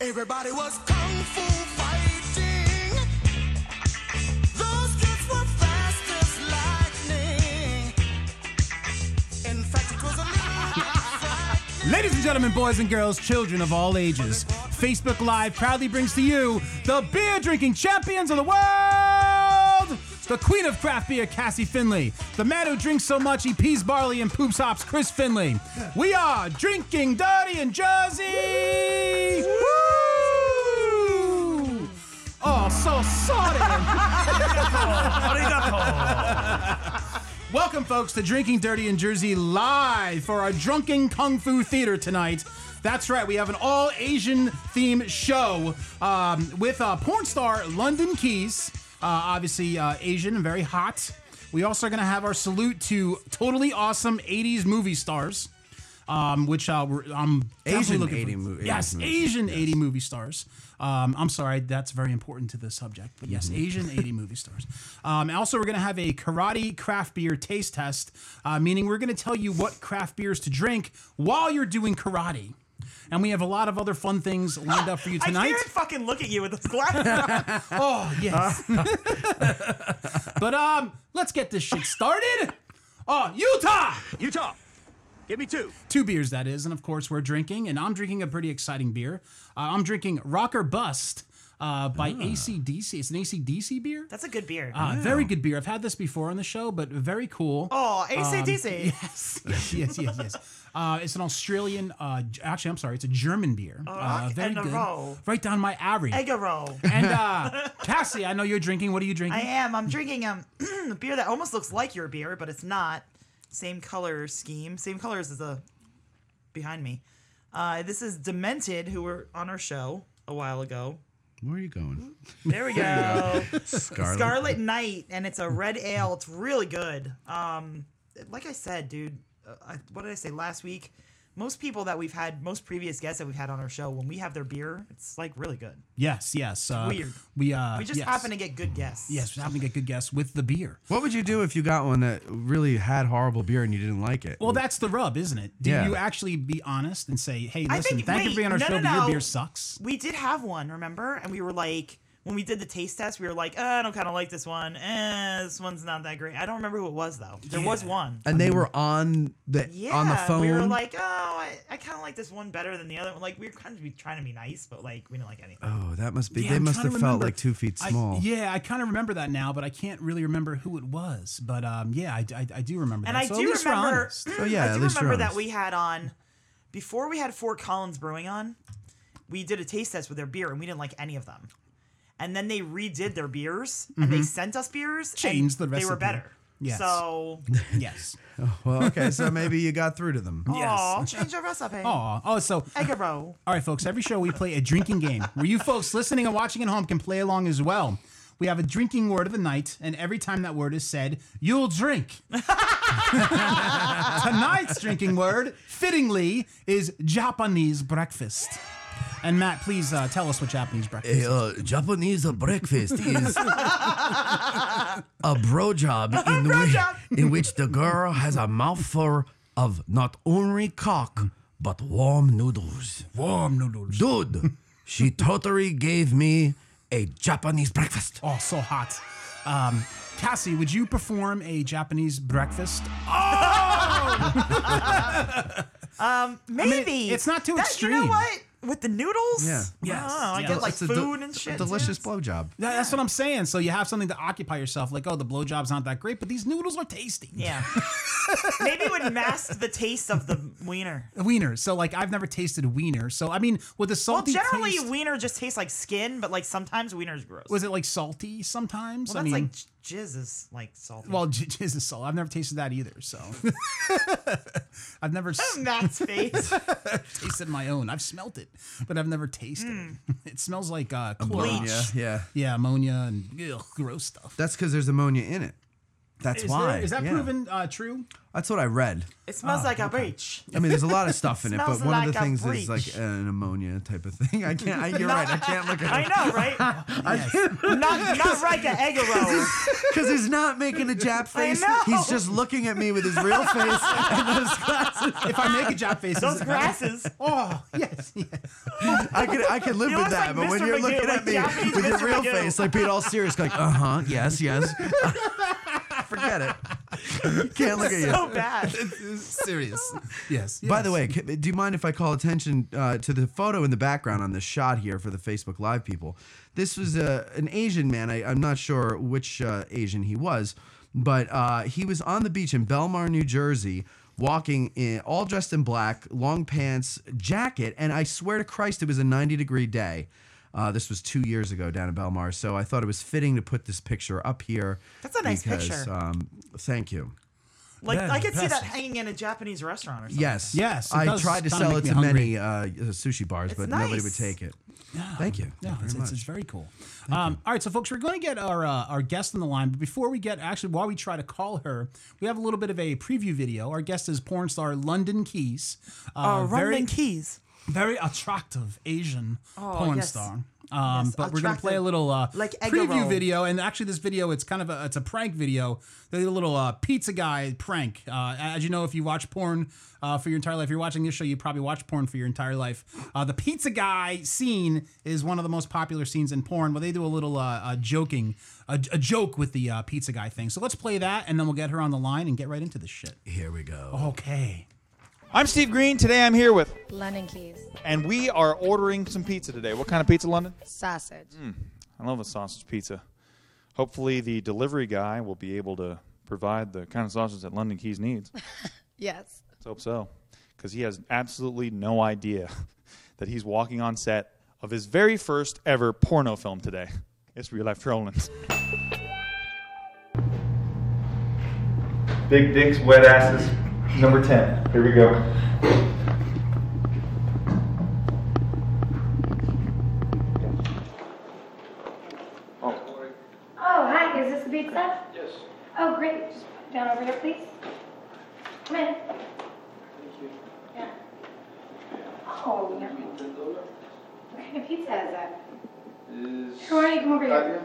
Everybody was kung fu fighting. Those kids were fast as lightning. In fact, it was a little Ladies and gentlemen, boys and girls, children of all ages, Facebook Live proudly brings to you the beer drinking champions of the world! The queen of craft beer, Cassie Finley. The man who drinks so much he pees barley and poops hops, Chris Finley. We are drinking dirty and Jersey! Woo! Oh, so sorry! Welcome, folks, to Drinking Dirty in Jersey live for our Drunken Kung Fu Theater tonight. That's right, we have an all Asian theme show um, with uh, porn star London Keys, uh, obviously uh, Asian and very hot. We also are going to have our salute to totally awesome 80s movie stars, um, which uh, we're, I'm definitely Asian looking 80 for. mo- 80 yes, movies, Asian 80 movie stars. Um, I'm sorry, that's very important to the subject, but yes, Mm-hmm. Asian 80 movie stars. Um, also, we're going to have a karate craft beer taste test, uh, meaning we're going to tell you what craft beers to drink while you're doing karate. And we have a lot of other fun things lined up for you I tonight. can't fucking look at you with those glasses. Oh, yes. but um, let's get this shit started. Oh, Utah! Utah, give me two. two beers that is and of course we're drinking and i'm drinking a pretty exciting beer uh, i'm drinking rocker bust uh, by Ah. acdc it's an acdc beer That's a good beer. uh, very good beer i've had this before on the show but very cool oh, um, ACDC. Yes, yes, yes, yes, yes. Uh, it's an Australian. Uh, j- actually, I'm sorry. It's a German beer. Uh, rock very and a good. roll. Right down my alley. Egg a roll. And uh, Cassie, I know you're drinking. What are you I drinking? am. I'm drinking um, a beer that almost looks like your beer, but it's not. Same color scheme, same colors as the behind me. Uh, this is Demented, who were on our show a while ago. Where are you going? There we go. Scarlet. Scarlet Night, and it's a red ale. It's really good. Um, like I said, dude, uh, I, what did I say last week? Most people that we've had, most previous guests that we've had on our show, when we have their beer, it's like really good. yes, yes. Uh, weird. We uh, We just yes. happen to get good guests. yes, we happen to get good guests with the beer. What would you do if you got one that really had horrible beer and you didn't like it? Well, that's the rub, isn't it? Do Yeah. you actually be honest and say, "Hey, I listen, think- thank you for wait, being on our no, show, no, but your no. beer sucks." We did have one, remember? And we were like, when we did the taste test, we were like, uh, I don't kind of like this one. Eh, this one's not that great. I don't remember who it was though. There was one. and they were on the Yeah, on the phone. we were like, oh, I, I kind of like this one better than the other one. Like we were kind of be trying to be nice, but like we didn't like anything. oh, that must be. Yeah, they I'm must trying to have felt remember. like two feet I- small. yeah, I kind of remember that now, but I can't really remember who it was. But um, yeah, I, I, I do remember and that. I So at do least we're remember. honest. So, Oh, yeah, I at do least you're remember that honest. we had on before we had Fort Collins Brewing on. We did a taste test with their beer, and we didn't like any of them. And then they redid their beers, and Mm-hmm. they sent us beers. and Changed the They were recipe. better. Yes. So, Yes. Well, okay, so maybe you got through to them. aw, change the recipe. Aw. Oh, so Egg roll. all right, folks. Every show we play a drinking game where you folks listening and watching at home can play along as well. We have a drinking word of the night, and every time that word is said, you'll drink. Tonight's drinking word, fittingly, is Japanese breakfast. And Matt, please uh, tell us what Japanese breakfast is. uh, Japanese breakfast is a bro job in, which- job. in which the girl has a mouthful of not only cock but warm noodles. Warm noodles. Dude, she totally gave me a Japanese breakfast. Oh, so hot. Um, Cassie, would you perform a Japanese breakfast? Oh! Maybe it's not too That- You know extreme. what? With the noodles, Yeah. Yes. Oh, I Yeah. get like a del- food and shit. A too. delicious blowjob. That- That's what I'm saying. So you have something to occupy yourself. Like, oh, the blowjob's not that great, but these noodles are tasty. Yeah. Maybe it would mask the taste of the wiener. Wiener. So like, I've never tasted wiener. So I mean, with the Well, salty generally taste, wiener just tastes like skin, but like sometimes wiener's gross. was it like salty sometimes? well, that's I mean, like j- jizz is like salty. well, j- j- is a salt. I've never tasted that either. So I've never s- Matt's face. tasted my own. I've smelt it, but I've never tasted it. It smells like uh, chlorine. Hmm. Bleach. Yeah, yeah. Yeah, ammonia and ugh, gross stuff. That's because there's ammonia in it. That's Is, why. there, is that yeah. proven uh, true? That's what I read. It smells Oh, like a beach. I mean, there's a lot of stuff in it, but Smells one of like the a things is breach. like an ammonia type of thing. I can't. I, you're right. I can't look I at it know, right? not not like an egg roll. because he's not making a jab face. know. He's just looking at me with his real face. If I make a job face, Those grasses. Oh yes, yes. I could I could live You with look that, like but when Mr. you're Magoo, looking like at me Japanese with your Mr. real Magoo. face, like being all serious, like uh huh, yes, yes. Forget it. Can't look at you. So bad. serious. yes. By the way, c- do you mind if I call attention uh, to the photo in the background on this shot here for the Facebook Live people? This was uh, an Asian man. I, I'm not sure which uh, Asian he was, but uh, he was on the beach in Belmar, New Jersey, walking in all dressed in black, long pants, jacket, and I swear to Christ, it was a 90 degree day. Uh, this was two years ago down in Belmar, so I thought it was fitting to put this picture up here. That's a nice because, picture. Um, thank you. Like Yeah, I could see that impressive. hanging in a Japanese restaurant or something. Yes. Yes, it I does tried to kinda sell make it me to hungry. many uh, sushi bars, It's but nobody would nice. take it. Thank you. Yeah, Thank you it's, very it's, much. it's very cool. Um, all right, so folks, we're going to get our uh, our guest on the line, but before we get actually, while we try to call her, we have a little bit of a preview video. Our guest is porn star London Keys, uh, Uh, very Roman Keys. very attractive Asian porn Oh, yes. star. Um, Yes, but we're gonna play a attractive. little uh, Like egg preview roll. video, and actually, this video it's kind of a it's a prank video. They did a little uh, pizza guy prank. Uh, as you know, if you watch porn uh, for your entire life, if you're watching this show, you probably watch porn for your entire life. Uh, the pizza guy scene is one of the most popular scenes in porn. Well, they do a little uh, uh, joking, a, a joke with the uh, pizza guy thing. So let's play that, and then we'll get her on the line and get right into this shit. Here we go. Oh, Okay. I'm Steve Green. Today I'm here with, London Keys. and we are ordering some pizza today. What kind of pizza, London? Sausage. Mm. I love a sausage pizza. Hopefully, the delivery guy will be able to provide the kind of sausage that London Keys needs. Let's Yes. hope so, because he has absolutely no idea that he's walking on set of his very first ever porno film today. It's real life trolling. Big dicks, wet asses. Number 10. Here we go. Oh, hi, is this the pizza? Yes. Oh, great, just put it down over here, please. Come in. Thank you. Yeah. Oh, yeah. What kind of pizza is that? Is. Why don't you come over here?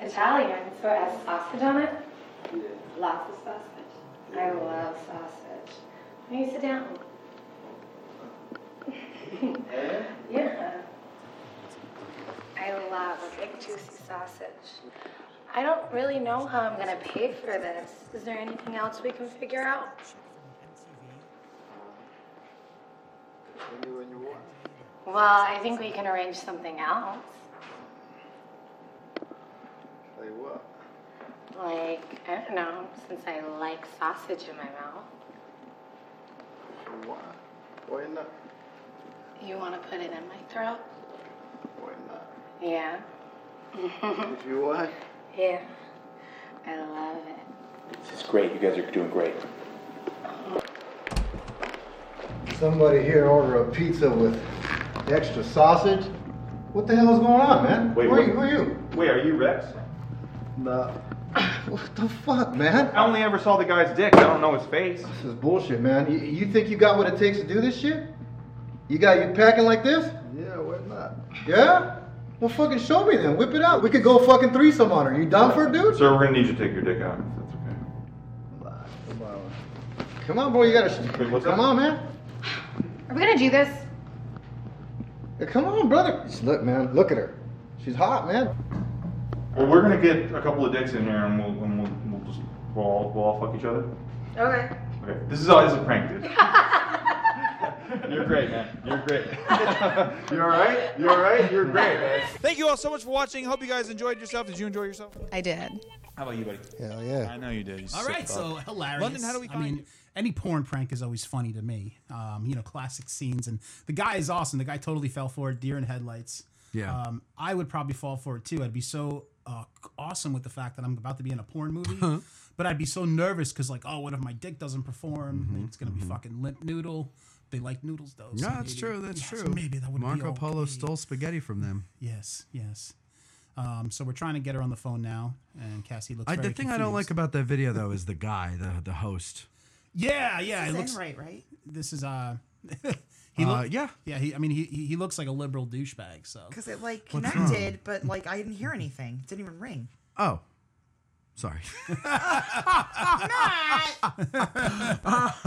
Italian, so it has sausage on it? Lots of sausage. I love sausage. Why don't you sit down? Yeah. I love a big juicy sausage. I don't really know how I'm gonna pay for this. Is there anything else we can figure out? Well, I think we can arrange something else. Like what? Like, I don't know, since I like sausage in my mouth, Why? Why not? you wanna put it in my throat? Why not? Yeah. If you want. Yeah. I love it. It's great. You guys are doing great. Somebody here order a pizza with extra sausage? What the hell is going on, man? Wait, who, are what- you, who are you? Wait, are you Rex? Nah. what the fuck, man? I only ever saw the guy's dick. I don't know his face. This is bullshit, man. You, you think you got what it takes to do this shit? You got you packing like this? Yeah, why not? Yeah? Well, fucking show me then. Whip it out. We could go fucking threesome on her. You down for it, dude? Sir, we're gonna need you to take your dick out. If that's okay. Come on. Come on, boy. You gotta. Wait, what's come that? on, man. Are we gonna do this? Yeah, Come on, brother. Just look, man. Look at her. She's hot, man. Well, we're gonna get a couple of dicks in here, and we'll and we'll, we'll just we'll all, we'll all fuck each other. Okay. Okay. This is all this is a prank, dude. You're great, man. You're great. you all right? You all right? You're great, man. Thank you all so much for watching. Hope you guys enjoyed yourself. Did you enjoy yourself? I did. How about you, buddy? Hell yeah. I know you did. you All sick right, fuck. so hilarious. London, how do we I find mean, you? any porn prank is always funny to me. Um, you know, classic scenes, and the guy is awesome. The guy totally fell for it, deer in headlights. Yeah. Um, I would probably fall for it too. I'd be so uh, awesome with the fact that I'm about to be in a porn Uh-huh. movie, but I'd be so nervous because, like, oh, what if my dick doesn't perform? it's gonna be fucking limp noodle. They like noodles though. so Mm-hmm, No, that's maybe- true. That's yes, true. Maybe that would be Marco Polo okay. stole spaghetti from them. Yes, yes. Um, so we're trying to get her on the phone now, and Cassie looks. I, the very thing I don't like confused. about that video though is the guy, the the host. Yeah, yeah, it This is looks Enright, right? This is uh, he Uh, look- yeah. yeah. He, I mean, he he he looks like a liberal douchebag. So Because it like What's wrong? connected, but like I didn't hear anything. It didn't even ring. Oh, sorry.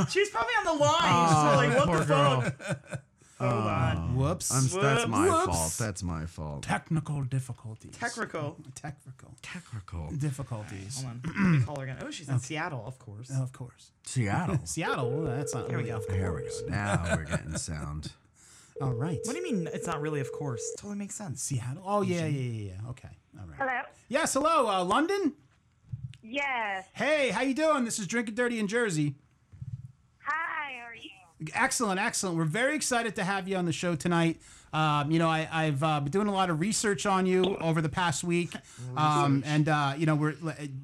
She's probably on the line. Ah, She's probably like, what the fuck? Hold on. whoops, Uh, I'm, that's my Whoops. fault. That's my fault. technical difficulties. Technical. technical Technical. difficulties. Oh Hold on. Let me call her again. Oh, she's in Seattle, of course. Of course, Seattle. Seattle. That's not. Here we go. Here we go. Now we're getting sound. All right. What do you mean it's not really of course? Totally makes sense. Seattle. Oh yeah, yeah, yeah, yeah. Okay. All right. Hello. Yes. Hello, uh, London. Yes. Hey, how you doing? This is Drinking Dirty in Jersey. Hi. How are you? Excellent, excellent. We're very excited to have you on the show tonight. Um, you know, I, I've uh, been doing a lot of research on you over the past week, um, and uh, you know, we're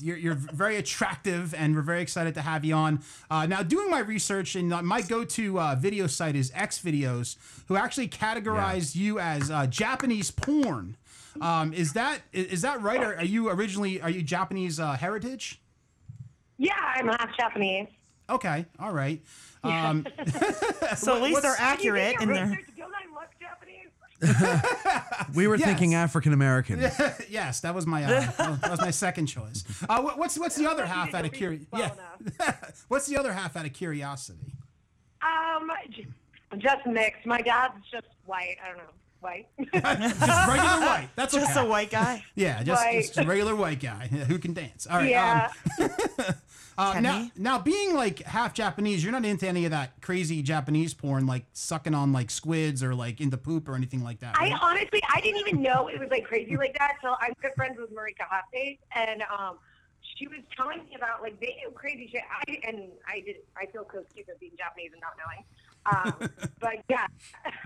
you're, you're very attractive, and we're very excited to have you on. Uh, now, doing my research, and uh, my go-to uh, video site is X Videos, who actually categorized you as uh, Japanese porn. Um, is that i- is that right? Or are you originally are you Japanese uh, heritage? Yeah, I'm half Japanese. Okay, all right. Um, So at least they're accurate Did and you they're. research? Don't I look Japanese? We were Yes. thinking African American. Yes, that was my uh, that was my second choice. Uh, what, what's what's the other half out of curi- Well yeah. What's the other half out of curiosity? Um, j- just mixed. My dad's just white. I don't know. White. Just regular white. That's Just okay. a white guy. Yeah, just, White. just a regular white guy who can dance. All right. yeah. Um, uh, now, Kenny? now being like half Japanese, you're not into any of that crazy Japanese porn, like sucking on like squids or like into poop or anything like that. I right? honestly, I didn't even know it was like crazy like that till I'm good friends with Marika Hase, and um, she was telling me about like they do crazy shit. I and I did. I feel so stupid being Japanese and not knowing. Um, but yeah,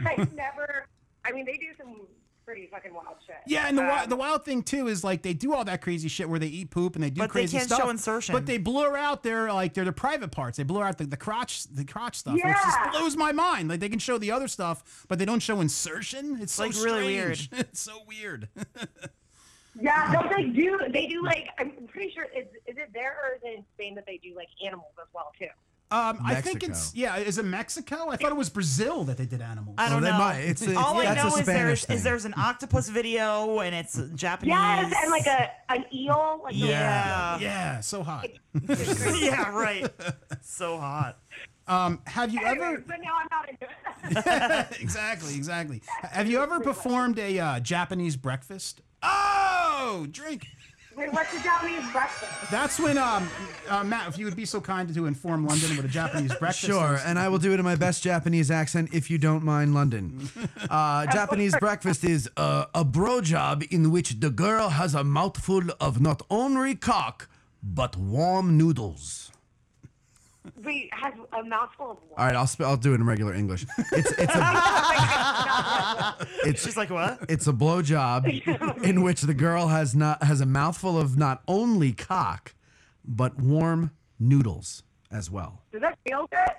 I never. I mean, they do some pretty fucking wild shit. Yeah, and the, wi- Um, the wild thing too is like they do all that crazy shit where they eat poop and they do But they crazy can't stuff. show insertion. But they blur out their like their, their private parts. They blur out the, the crotch the crotch stuff, which Yeah. just blows my mind. Like they can show the other stuff, but they don't show insertion. It's so Like, really strange. it's so weird. Yeah, those like do they do like I'm pretty sure is is it there or is it in Spain that they do like animals as well too? Um, I think it's Mexico. yeah. Is it Mexico? I thought it was Brazil that they did animals. I Oh, don't they know. might. It's a- All I that's a know is Spanish there's thing. is there's an octopus video and it's Japanese. Yes, and like a an eel. Like the- yeah. Yeah, yeah, so hot. right. So hot. Um, have you Anyway, ever but now I'm not into it. exactly, exactly. Have you ever performed a uh, Japanese breakfast? Oh, drink. Wait, what's the Japanese breakfast? That's when, um, uh, Matt, if you would be so kind to inform London what a Japanese breakfast Sure, is. and I will do it in my best Japanese accent if you don't mind London. Uh, Japanese breakfast is uh, a bro job in which the girl has a mouthful of not only cock, but warm noodles. Wait, has a mouthful of All what? right, I'll, sp- I'll do it in regular English. It's, it's a, it's, She's like, what? it's a blowjob in which the girl has not has a mouthful of not only cock, but warm noodles as well. Does that feel good?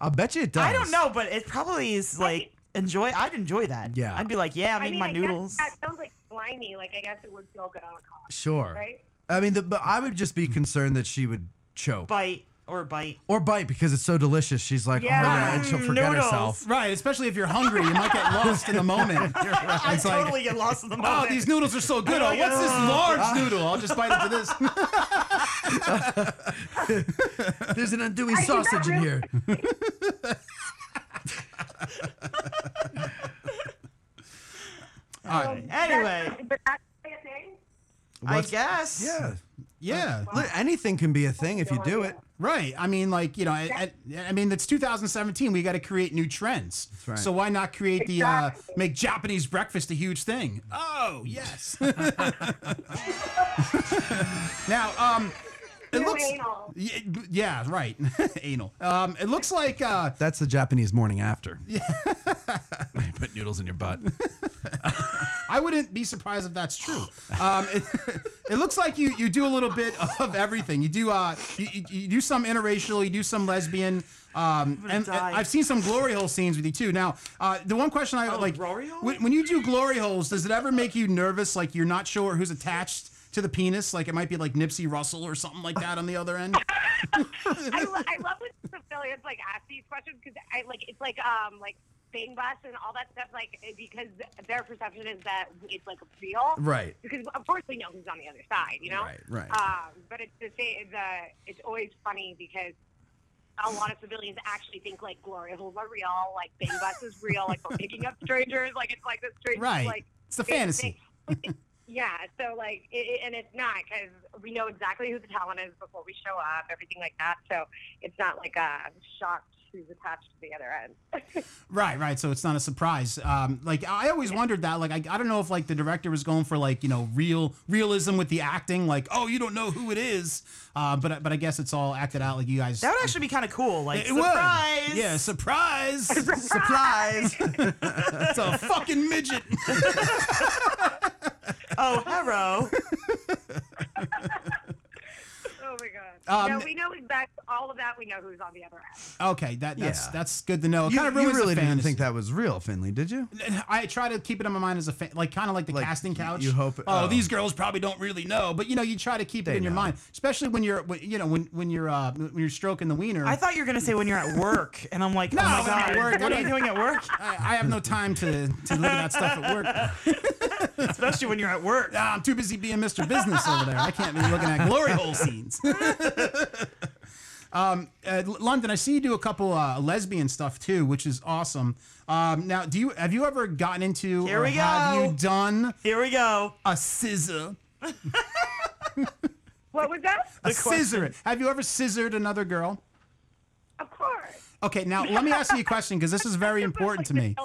I'll bet you it does. I don't know, but it probably is like enjoy. I'd enjoy that. Yeah. I'd be like, yeah, I make mean, my I noodles. Guess that sounds like slimy. Like I guess it would feel good on a cock. Sure. Right? I mean, the, but I would just be concerned that she would choke bite or bite. or bite because it's so delicious. She's like, Yeah. oh, yeah, and she'll Mm, forget noodles. herself. Right, especially if you're hungry, you might get lost in the moment. I It's totally like, get lost in the moment. oh, these noodles are so good. Oh, what's this large noodle? I'll just bite into this. There's an andouille did not sausage in real- here. All right. anyway, But that's a thing. I What's- guess. Yeah. Yeah. Look, anything can be a thing if you do it. Right. I mean, like you know, I, I, I mean, it's 2017. We got to create new trends. right. So why not create the uh, Exactly. make Japanese breakfast a huge thing? Oh yes. now, um, it You're looks. anal. Yeah, yeah, right. Anal. Um, it looks like uh, That's the Japanese morning after. Put noodles in your butt. I wouldn't be surprised if that's true. Um, it, it looks like you, you do a little bit of everything. You do uh you, you, you do some interracial, you do some lesbian. Um, and, and I've seen some glory hole scenes with you too. Now, uh, the one question I Oh, like glory hole? When, when you do glory holes, does it ever make you nervous? Like you're not sure who's attached to the penis? Like it might be like Nipsey Russell or something like that on the other end. I, lo- I love when civilians like ask these questions because I like it's like um like bang bus and all that stuff like because their perception is that it's like real Right. because of course we know who's on the other side you know Right, right. um, but it's the same the it's always funny because a lot of civilians actually think like glory holes are real like bang bus is real like we're picking up strangers like it's like this strange Right. like It's the big thing. fantasy. Yeah, so like, it, it- and it's not because we know exactly who the talent is before we show up, everything like that. So it's not like uh, I'm shocked who's attached to the other end. Right, right. So it's not a surprise. Um, like I always wondered that. Like I, I don't know if like the director was going for like you know real realism with the acting. Like oh you don't know who it is. Uh, but I- but I guess it's all acted out like you guys. That would actually be kind of cool. Like, would. surprise! Yeah, surprise! Surprise! it's a fucking midget. oh, Harrow. oh my god! Um, no, we know exactly all of that. We know who's on the other end. Okay, that that's Yeah. that's good to know. It You, kind of you ruins really the didn't fantasy. think that was real, Finley, did you? I try to keep it in my mind as a fan, like kind of like the casting couch. you hope- Oh, oh. these girls probably don't really know, but you know, you try to keep it They in your know. mind, especially when you're, when, you know, when when you're uh, when you're stroking the wiener. I thought you were gonna say when you're at work, and I'm like, No, oh my I'm at god, work. what I are you don't- doing at work? I, I have no time to to look at that stuff at work. Especially when you're at work. Ah, I'm too busy being Mr. Business over there. I can't be looking at glory hole scenes. um, uh, L- London, I see you do a couple uh, lesbian stuff too, which is awesome. Um, now, do you have you ever gotten into Here or we have go. you done Here we go. a scissor? What was that? a scissor. Have you ever scissored another girl? Of course. Okay, now let me ask you a question because this is very important to me.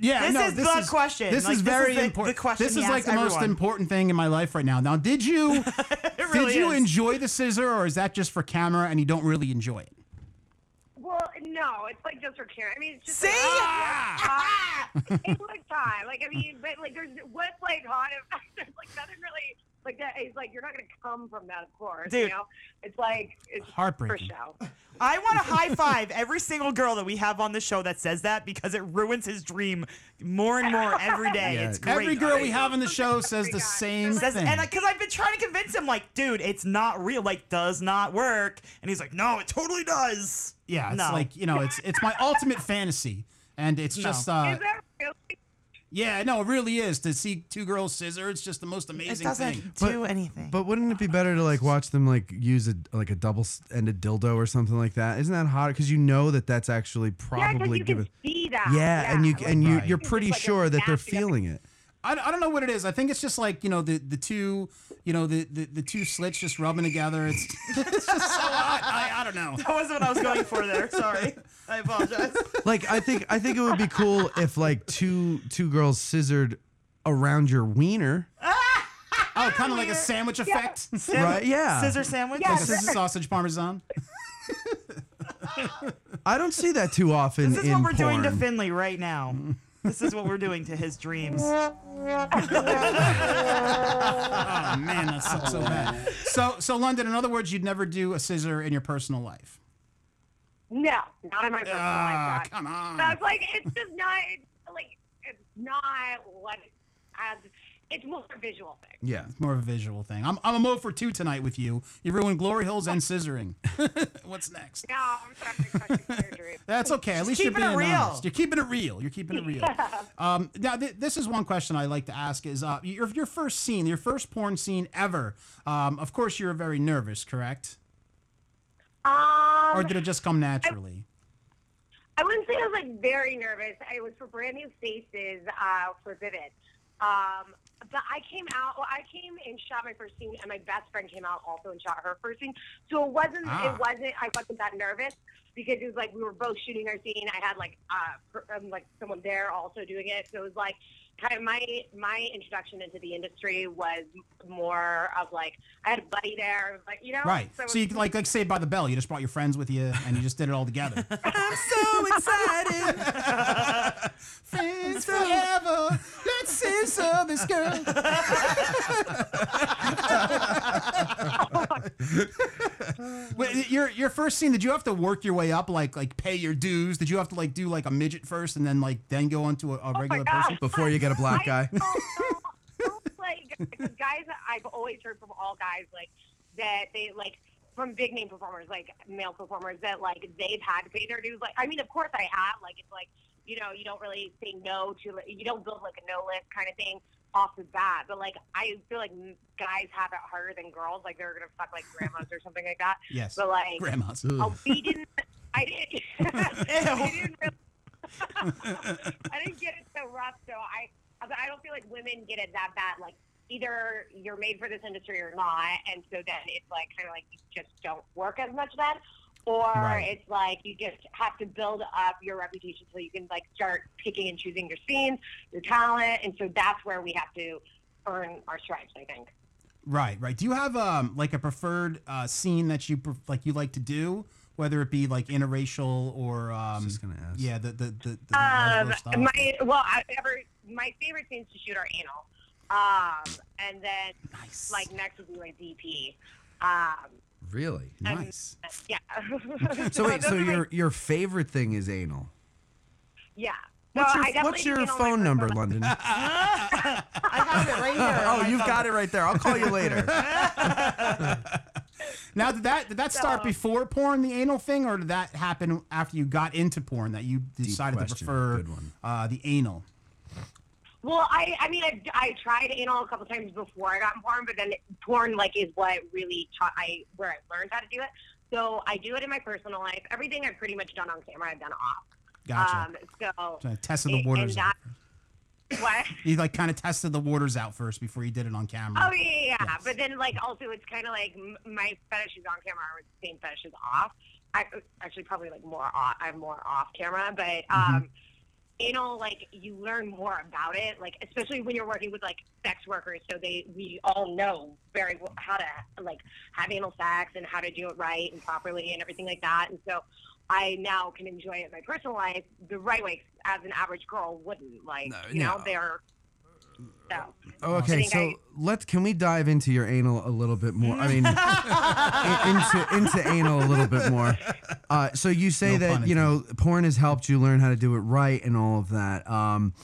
Yeah, This no, is this the is, question. This Like, is this very is the- important. the question this he is like asks the most everyone. important thing in my life right now. Now, did you It really did you is. enjoy the scissor, or is that just for camera and you don't really enjoy it? Well, no, it's like just for Karen. I mean, it's just See? like, Ah! it looks hot. Like I mean, but like there's what's like hot. about- There's like nothing really like that. It's like you're not gonna come from that, of course. Dude. You know, it's like it's for Heartbreaking. Uh, show. I want to high five every single girl that we have on the show that says that because it ruins his dream more and more every day. Yeah. It's great. Every girl we have on the show says the same Says- thing. and because I've been trying to convince him, like, dude, it's not real. Like, does not work. And he's like, no, it totally does. yeah, it's no. like you know, it's it's my ultimate fantasy, and it's just uh, Is that really? yeah, no, it really is to see two girls scissor. It's just the most it amazing doesn't thing. do anything. But wouldn't it be better to like watch them like use a like a double-ended dildo or something like that? Isn't that hot? Because you know that that's actually Yeah, because probably you can given. see that. Yeah, and you like, and you Right. you're It's pretty like a sure that they're nasty- feeling it. I, I don't know what it is. I think it's just like you know the the two you know the the, the two slits just rubbing together. It's it's just so hot. I, I don't know. that wasn't what I was going for there. Sorry. I apologize. Like I think I think it would be cool if like two two girls scissored around your wiener, Oh, kind of like a sandwich effect. right? Yeah. Scissor sandwich? Yeah. Like a scissor sausage parmesan. I don't see that too often. This is in what we're doing to porn. Finley right now. This is what we're doing to his dreams. Oh man, that sucks so bad. So so London. In other words, you'd never do a scissor in your personal life. No, not in Oh, my personal Ah, life. God. come So I on. was like, it's just not it's like it's not what as it's more a visual thing. Yeah. More of a visual thing. I'm I'm a mo for two tonight with you. You ruined glory hills and scissoring. What's next? No, I'm sorry, question surgery. That's okay. At least you're keeping being it real. honest. You're keeping it real. You're keeping it real. Um, now, th- this is one question I like to ask: is uh, your your first scene, your first porn scene ever? Um, of course, you were very nervous, correct? Um, Or did it just come naturally? I wouldn't say I was like very nervous. I was for brand new faces uh, for Vivid. Um, but I came out. Well, I came and shot my first scene, and my best friend came out also and shot her first scene. So it wasn't. Ah. It wasn't. I wasn't that nervous because it was like we were both shooting our scene. I had like uh, per, um, like someone there also doing it. So it was like kind of my my introduction into the industry was more of like I had a buddy there. It was like you know, right. it So you was- like like say by the bell, you just brought your friends with you and you just did it all together. I'm so excited. friends forever. Let's sing this service girl. Wait, your your first scene. Did you have to work your way up, like like pay your dues? Did you have to like do like a midget first, and then like then go onto Oh a, a regular gosh. person Before you get a black guy? like because guys I've always heard from all guys like that they like from big name performers like male performers that like they've had to pay their dues like I mean of course I have like it's like you know you don't really say no to like, you don't build like a no list kind of thing off the bat but like I feel like m- guys have it harder than girls like they're gonna fuck like grandmas or something like that Yes. but like Grandmas. oh, we didn't I didn't I didn't really I didn't get it so rough, so I I don't feel like women get it that bad. Like either you're made for this industry or not, and so then it's like kind of like you just don't work as much then, or Right. it's like you just have to build up your reputation so you can like start picking and choosing your scenes, your talent, and so that's where we have to earn our stripes. I think. Right, right. Do you have um like a preferred uh, scene that you pref- like you like to do, whether it be like interracial or um yeah the the the, the Um, outdoor stuff? my well, I ever my favorite scenes to shoot are anal, um, and then like next would be like DP. Um, Really? and- Nice. yeah. So wait, so those are my- your your favorite thing is anal. yeah. So What's I your definitely what's your anal- phone number, London? oh, you've got it right there. I'll call you later. Now did that did that start before porn, the anal thing, or did that happen after you got into porn that you decided to question. prefer uh, the anal? Well, I I mean I, I tried anal a couple times before I got in porn, but then porn like is what really taught I where I learned how to do it. So I do it in my personal life. Everything I've pretty much done on camera, I've done off. Gotcha. Um, so So testing the and waters out. that- what? You like kind of tested the waters out first before you did it on camera. Oh yeah, yeah, yeah. But then like also it's kind of like m- my fetishes on camera are the same fetishes off. I actually probably like more off. I'm more off camera, but Mm-hmm. um, anal like you learn more about it. Like especially when you're working with like sex workers, so they we all know very well how to like have anal sex and how to do it right and properly and everything like that. And so I now can enjoy it in my personal life the right way as an average girl wouldn't. Like you know no. they're. So, I Okay, think so I- let's can we dive into your anal a little bit more? I mean, i- into into anal a little bit more. Uh, so you say No that pun you know porn has helped you learn how to do it right and all of that. Um,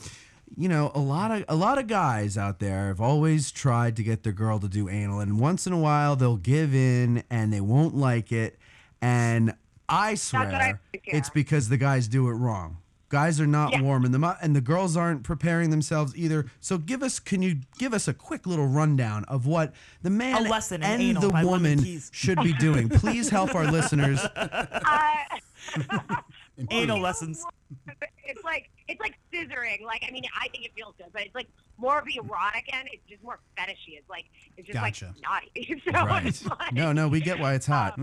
you know, a lot of a lot of guys out there have always tried to get their girl to do anal, and once in a while they'll give in and they won't like it. And I what swear I think, yeah. it's because the guys do it wrong. Guys are not Yeah. warming them up, and the girls aren't preparing themselves either. So give us, can you give us a quick little rundown of what the man A lesson in and anal the by Lemon woman Keys. should be doing? Please help our listeners. uh, Um, Anal lessons. it's like it's like scissoring. Like I mean, I think it feels good, but it's like more of the erotic end. It's just more fetishy. It's like it's just Gotcha. like naughty. So Right? it's like, No, no, we get why it's hot,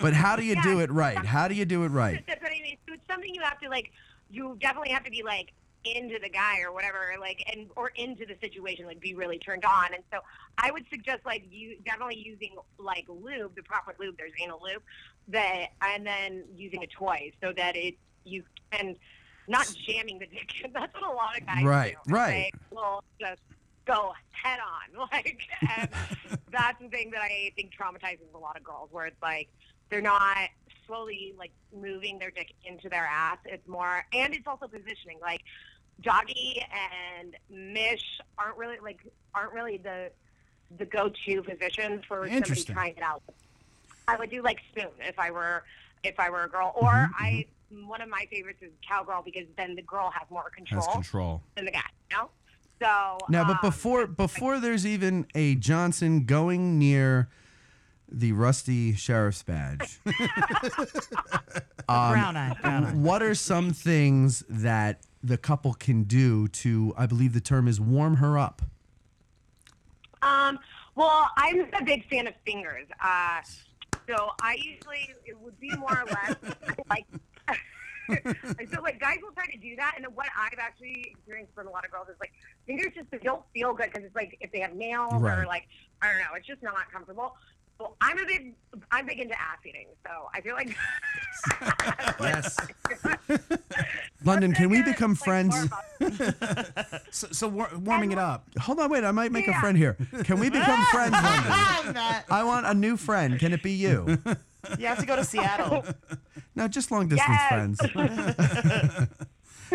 but how do you do it right? How do you do it right? That's what I mean. So it's something you have to like. You definitely have to be like into the guy or whatever, like, and or into the situation, like, be really turned on. And so I would suggest like you definitely using like lube, the proper lube. There's anal lube that, and then using a toy so that it you can not jamming the dick. in. That's what a lot of guys Right, do. right. They will just go head on, like, and that's the thing that I think traumatizes a lot of girls, where it's like they're not slowly like moving their dick into their ass. It's more, and it's also positioning. Like doggy and mish aren't really like aren't really the the go-to positions for somebody Interesting. trying it out. I would do like spoon if I were if I were a girl, or I one of my favorites is cowgirl because then the girl has more control, Has control. than the guy. You know? So Now, um, but before before there's even a Johnson going near the rusty sheriff's badge, um, brown eye. Brown eye. what are some things that the couple can do to? I believe the term is warm her up. Um, well, I'm a big fan of fingers. Uh, so I usually it would be more or less like. so like guys will try to do that, and then what I've actually experienced from a lot of girls is like fingers just don't feel good because it's like if they have nails Right. or like I don't know, it's just not comfortable. Well, I'm a big, I'm big into ass eating, so I feel like Yes. London, can we become friends? so so war- warming it up. Hold on, wait. I might make a Yeah. friend here. Can we become friends, I'm London? not. I want a new friend. Can it be you? You have to go to Seattle. No, just long distance Yes. friends.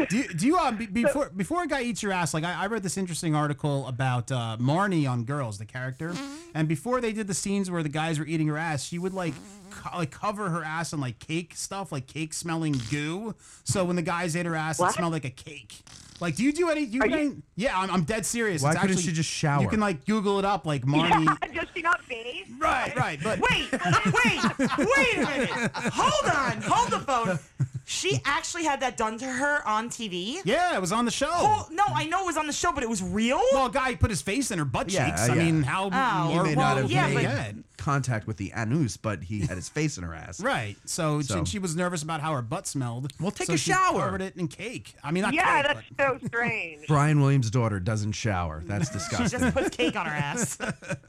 do you, do you uh, be, before before a guy eats your ass? Like I, I read this interesting article about uh, Marnie on Girls, the character, and before they did the scenes where the guys were eating her ass, she would like co- like cover her ass in like cake stuff, like cake smelling goo. So when the guys ate her ass, it What? smelled like a cake. Like, do you do any? You, Are you- can- yeah, I'm, I'm dead serious. Why It's couldn't actually- she just shower? You can like Google it up, like Marnie. Does she not be? Right, right, but wait, wait, wait a minute. Hold on, hold the phone. She actually had that done to her on TV. Yeah, it was on the show. Oh no, I know it was on the show, but it was real. Well, a guy put his face in her butt Yeah, cheeks. I yeah. mean, how Oh, he more may well, not have yeah, made but- contact with the anus, but he had his face in her ass. Right. So, So. She, she was nervous about how her butt smelled. Well, take so a she shower. Covered it in cake. I mean, not yeah, cake, that's so strange. Brian Williams' daughter doesn't shower. That's She disgusting. just puts cake on her ass.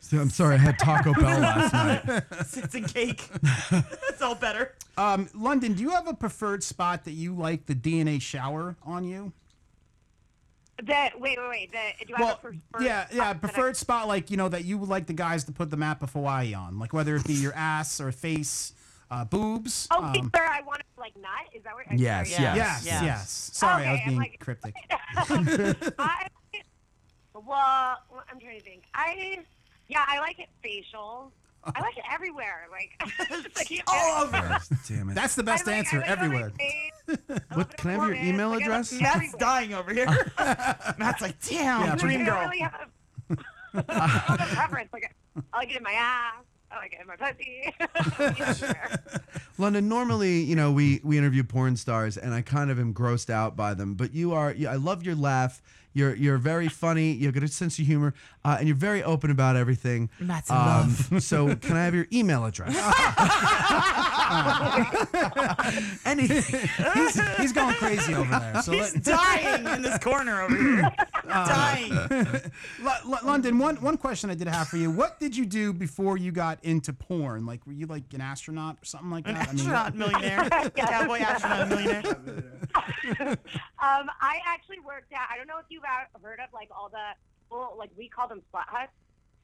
So I'm sorry, I had Taco Bell last night. Sits in cake. It's all better. but- Um, London, do you have a preferred spot that you like the DNA shower on you? That wait, wait, wait. That do I have a preferred? yeah, yeah, preferred spot like you know that you would like the guys to put the map of Hawaii on, like whether it be your ass or face, uh, boobs. Oh, wait, um, sir, I want to like not. Is that what? I'm yes, sorry. yes, yes, yes. Sorry, I Okay, was I'm being like- cryptic. I well, I'm trying to think. I yeah, I like it facial. I like it everywhere. Like, it's like all over. Damn it. That's the best answer everywhere. What, can I have your email address? Matt's dying over here. Matt's like, damn, Yeah, dream I don't girl. really have a, I don't have a preference. Like, I like it in my ass. I like it in my pussy. Everywhere. London, normally, you know, we we interview porn stars, and I kind of am grossed out by them. But you are, you, I love your laugh. You're you're very funny. You have a good sense of humor, uh, and you're very open about everything. Matt's in Um, so, can I have your email address? Anything. he's, he's going crazy over there. So let, He's Uh, dying in this corner over here. dying. L- London, one one question I did have for you: What did you do before you got into porn? Like, were you like an astronaut or something like An that? astronaut millionaire. Cowboy astronaut millionaire. Um, I actually worked at. I don't know if you've out- heard of like all the well, like we call them slut huts,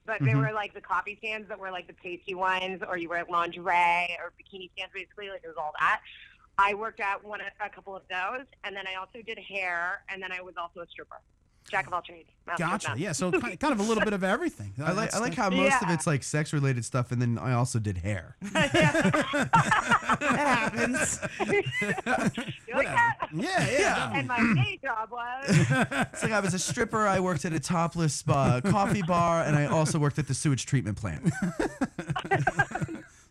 but they Mhm. were like the coffee stands that were like the pasty ones, or you were at lingerie or bikini stands, basically. Like it was all that. I worked at one, a couple of those, and then I also did hair, and then I was also a stripper, jack of all trades. master of Gotcha. none. Yeah. So kind, kind of a little bit of everything. I like I That's- like how most of Yeah. it's like sex related stuff, and then I also did hair. It happens. You like that? Yeah, yeah. And my day job was It's like I was a stripper. I worked at a topless uh, coffee bar, and I also worked at the sewage treatment plant.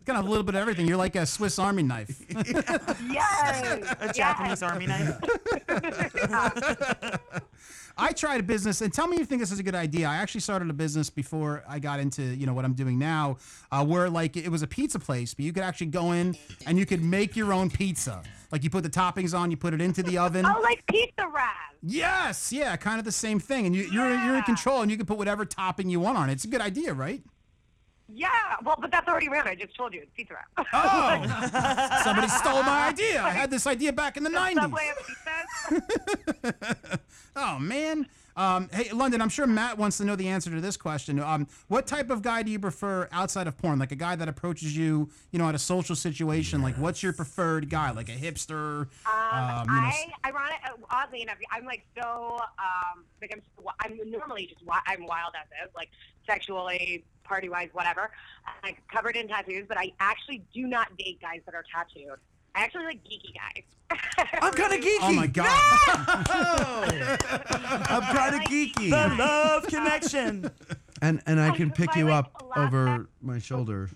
Kind of a little bit of everything. You're like a Swiss Army knife. yes, A yes. Japanese army knife. I tried a business, and tell me if you think this is a good idea. I actually started a business before I got into you know what I'm doing now, uh, where like it was a pizza place, but you could actually go in and you could make your own pizza. Like you put the toppings on, you put it into the oven. Oh, like pizza wrap. Yes, yeah, kind of the same thing, and you, you're you're in Yeah. control, and you can put whatever topping you want on it. It's a good idea, right? Yeah, well, but that's already around. I just told you it's pizza wrap. Oh, somebody stole my idea. I had this idea back in the '90s. Subway of pizzas. Oh man. Um, hey, London. I'm sure Matt wants to know the answer to this question. Um, what type of guy do you prefer outside of porn? Like a guy that approaches you, you know, at a social situation. Like, what's your preferred guy? Like a hipster. Um, you know, I, s- ironic, oddly enough, I'm like so, um, like I'm, so- I'm normally just, wi- I'm wild as is, like sexually, party wise, whatever. i like covered in tattoos, but I actually do not date guys that are tattooed. I actually like geeky guys. I'm kind of geeky. oh my god. I'm kind of geeky. Oh The love connection. And and I can pick If I, you like, up laugh over my shoulder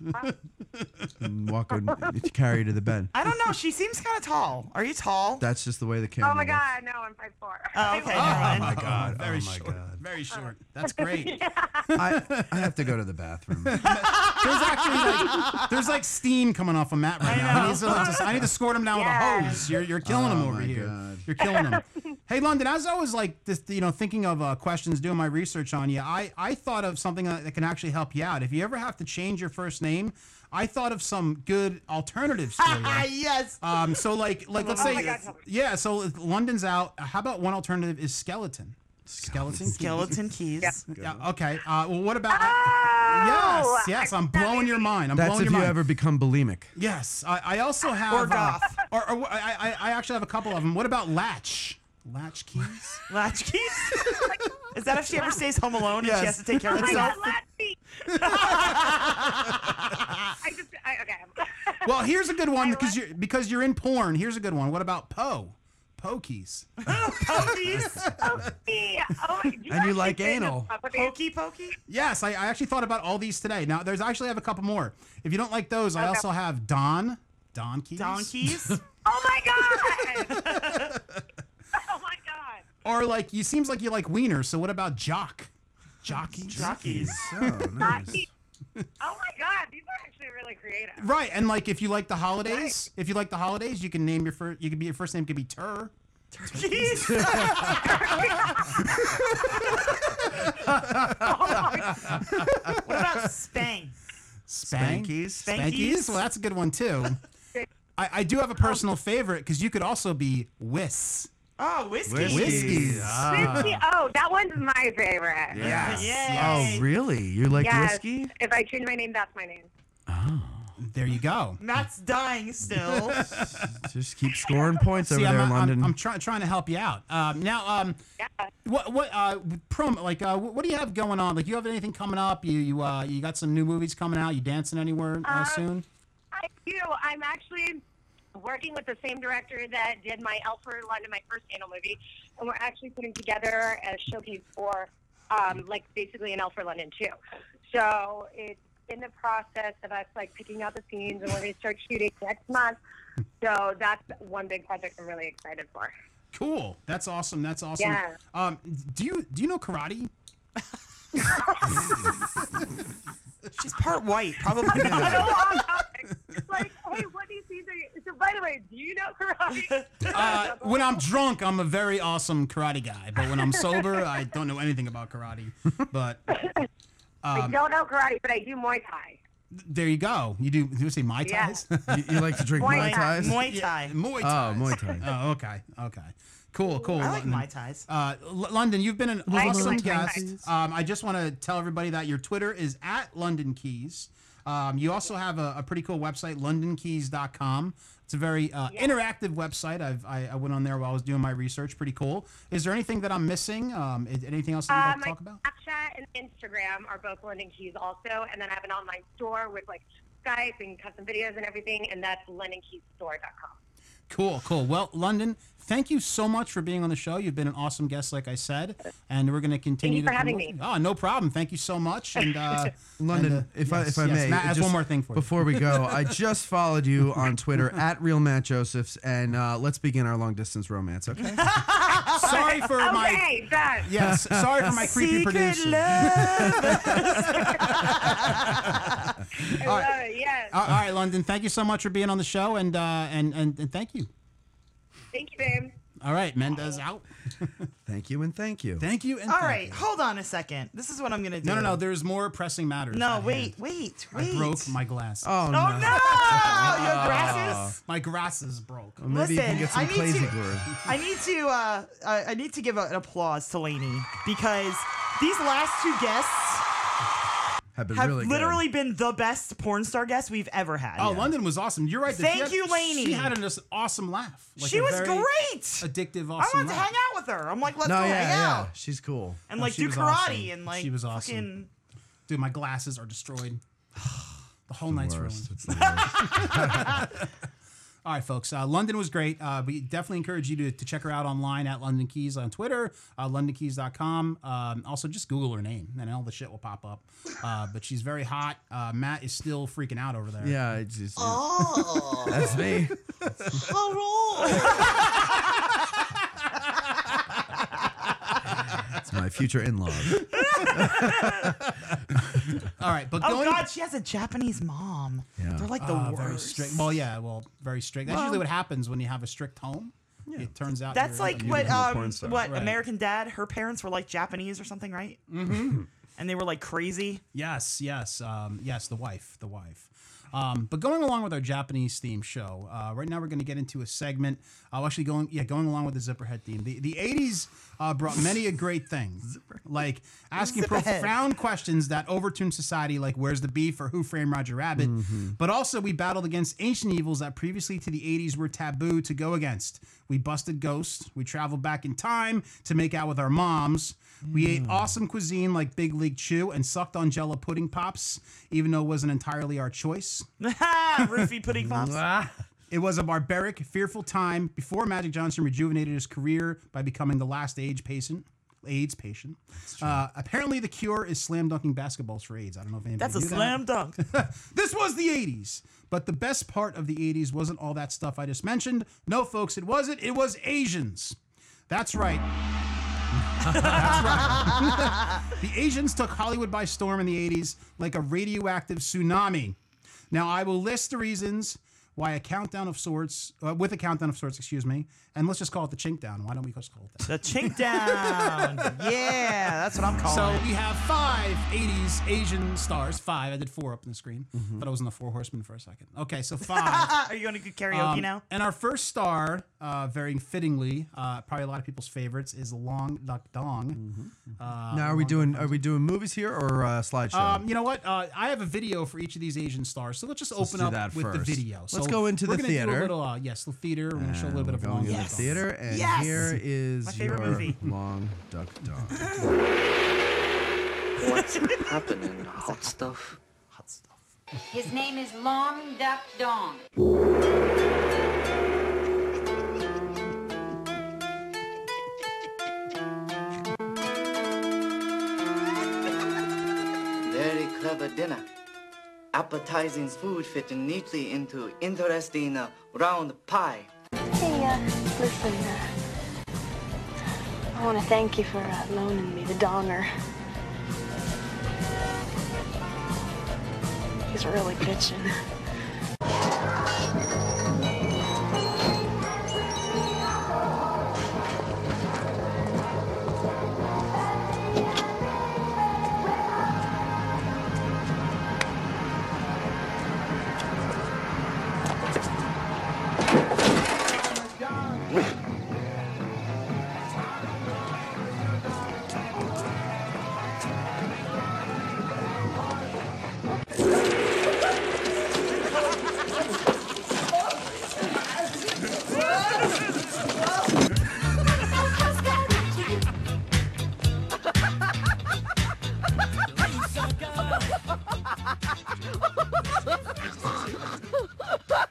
and walk on, to carry you to the bed. I don't know. She seems kind of tall. Are you tall? That's just the way the camera. oh my works. God, no, I'm 5'4. Oh, okay. Oh never my mind. god. Very oh my short. God. Very short. That's great. I, I have to go to the bathroom. There's actually like, there's like steam coming off of Matt right now. I need to, I need to squirt him down with a Yeah. hose. You're, you're killing him Oh over my here. God. You're killing him. Hey, London, as I was like, this, you know, thinking of uh, questions, doing my research on you, I, I thought of something that that can actually help you out. If you ever have to change your first name, I thought of some good alternatives for you. Ah, yes. Um, so like like let's Oh say my God, help. yeah. So if London's out. How about one alternative is skeleton? Skeleton. Skeleton keys. Yeah. okay. Uh, well, what about? Ah! Oh! yes. Yes. I'm blowing your mind. I'm That's blowing if you your mind. ever become bulimic. yes. I, I also have. Ah, Or uh, goth. or, or I, I I actually have a couple of them. What about latch? Latch keys. Latch keys. Is that if she ever stays home alone and she Yes. has to take care Oh of my herself? God, Lassie! I just, I, okay. Well, here's a good one because you're because you're in porn. Here's a good one. What about Poe? Poe keys. Pokey. Oh, you And you actually like did anal. this puppet. Pokey pokey. Yes, I, I actually thought about all these today. Now, there's I actually have a couple more. If you don't like those, I also have Don. Don keys. Donkeys. Oh my god! oh my god! Or like you seems like you like wiener, so what about jock? Jockey? Jockeys. Lassie. Oh my god! These are actually really creative. Right, and like if you like the holidays, if you like the holidays, you can name your first you could be your first name could be Tur. Keys. What about Spang? Spang. Spankies. Spankies? Well that's a good one too. I, I do have a personal favorite because you could also be Wiss. Oh, whiskey. Whiskies. Whiskey. Oh, that one's my favorite. Ah, Yes. Yay. Oh, really? You like Yes. whiskey? If I change my name, that's my name. There you go. Matt's dying still. Just keep scoring points over See, I'm, there I'm, in London. I'm trying trying to help you out. Um, now, um, what what uh, prom like uh, what do you have going on? Like, you have anything coming up? You you uh, you got some new movies coming out? You dancing anywhere uh, Um, soon? I do. I'm actually working with the same director that did my Elf for London, my first anal movie, and we're actually putting together a showcase for, um, like, basically an Elf for London too. So it's in the process of us like picking out the scenes, and we're going to start shooting next month. So that's one big project I'm really excited for. Cool. That's awesome. That's awesome. Yeah. Um, do you do you know karate? She's part white, probably not. So on topic, like, hey, what do you see? There? So, by the way, do you know karate? Uh, when I'm drunk, I'm a very awesome karate guy, but when I'm sober, I don't know anything about karate. But um, I don't know karate, but I do Muay Thai. there you go. You do. You say my Yeah. ties? you, you like to drink Muay Mai Thai. Tais? Muay Thai. Muay Oh, Thais. Muay Thai. Oh, okay, okay, cool, cool. I like London. my ties. Uh, L- London, you've been an do awesome like my guest. ties. Um, I just want to tell everybody that your Twitter is at London Keys. Um, you also have a, a pretty cool website, londonkeys.com. It's a very uh, interactive website. I've, I, I went on there while I was doing my research. Pretty cool. Is there anything that I'm missing? Um, is, anything else that you'd Uh, like to my talk about? Snapchat and Instagram are both Lending Keys also, and then I have an online store with like Skype and custom videos and everything, and that's lendingkeysstore.com. Cool, cool. Well, London, thank you so much for being on the show. You've been an awesome guest, like I said, and we're going to continue. for to having promote- me. Oh, no problem. Thank you so much. And uh, London, and, uh, if I yes, if I yes. may, Matt, I have just one more thing for you. before we go. I just followed you on Twitter at real Matt Josephs, and uh, let's begin our long distance romance. Okay. sorry for my okay, done. yes, sorry for my creepy Secret producer. love. I love it. Yes. Uh, All all right, London, thank you so much for being on the show, and uh, and, and and thank you. Thank you, babe. All right, Mendez out. thank you and thank you. Thank you. And All thank right, you. hold on a second. This is what I'm gonna do. No, no, no. There's more pressing matters. No, at wait, hand. wait, I wait. broke my glass. oh no. Oh no! Your grasses. My grasses broke. Maybe you can Listen, get some I need Clazy to- Glory. I need to. Uh, I I need to give a- an applause to Lainey because these last two guests Have been have really good. literally been the best porn star guests we've ever had. Oh, London was awesome. You're right. that she Thank you, Lainey. She had an just awesome laugh. Like she a was very great. Addictive, I awesome. wanted to laugh. hang out with her. I'm like, let's No, go yeah, hang yeah. out She's cool. and No, like she do was karate awesome. and like She was awesome. fucking. Dude, my glasses are destroyed. The whole night's ruined. Worst. It's the worst. All right, folks. Uh, London was great. Uh, we definitely encourage you to, to check her out online at London Keys on Twitter, uh, londonkeys.com. Um, also, just Google her name and all the shit will pop up. Uh, but she's very hot. Uh, Matt is still freaking out over there. yeah, it's just Oh, that's me. It's my future in-laws. Uh, All right, but Oh going God, she has a Japanese mom. Yeah. They're like the Uh, worst. very strict. Well, yeah, well, very strict. That's Well- usually what happens when you have a strict home. it turns out That's you're uh, like a what beautiful um, porn star. what Right. American Dad. Her parents were like Japanese or something, right? Mm-hmm. And they were like crazy. Yes, yes, um, yes. The wife, the wife. Um, but going along with our Japanese theme show, uh, right now we're going to get into a segment. Uh, actually, going yeah, going along with the Zipperhead theme. The the '80s uh, brought many a great thing, like asking Zipperhead. profound questions that overturned society, like "Where's the beef?" or "Who framed Roger Rabbit." Mhm. But also, we battled against ancient evils that previously to the 80s were taboo to go against. We busted ghosts. We traveled back in time to make out with our moms. We ate awesome cuisine like Big League Chew and sucked on Jell-O pudding pops, even though it wasn't entirely our choice. Roofie pudding pops. It was a barbaric, fearful time before Magic Johnson rejuvenated his career by becoming the last age patient. AIDS patient. Uh, apparently, the cure is slam dunking basketballs for AIDS. I don't know if anybody That's a knew that. slam dunk. This was the 80s. But the best part of the 80s wasn't all that stuff I just mentioned. No, folks, it wasn't. It was Asians. That's right. That's right. the Asians took Hollywood by storm in the 80s like a radioactive tsunami. Now, I will list the reasons why a countdown of sorts, uh, with a countdown of sorts, excuse me, and let's just call it the chink down. Why don't we just call it that? The chink down. yeah, that's what I'm calling So it. we have five 80s Asian stars. Five. I did four up on the screen. Mm-hmm. Thought I was in the Four Horsemen for a second. Okay, so five. Ah, Are you going to do karaoke Um, now? And our first star, uh, very fittingly, uh, probably a lot of people's favorites, is Long Duck Dong. Mm-hmm. Uh, now, are we Long- doing are we doing movies here or uh, slideshow? Um, you know what? Uh, I have a video for each of these Asian stars, so let's just Let's open do up that with first. the video. Let's So go into we're the gonna do a theater. little, uh, yes, the theater. We're going to show a little bit of Going Long to Duck the Dong. theater, and here is your long duck dog. What's happening? Hot stuff. Hot stuff. His name is Long Duck Dong. Very clever dinner. Appetizing food fitting neatly into interesting uh, round pie. Hey, uh, listen, uh, I want to thank you for uh, loaning me the donger. He's really bitching.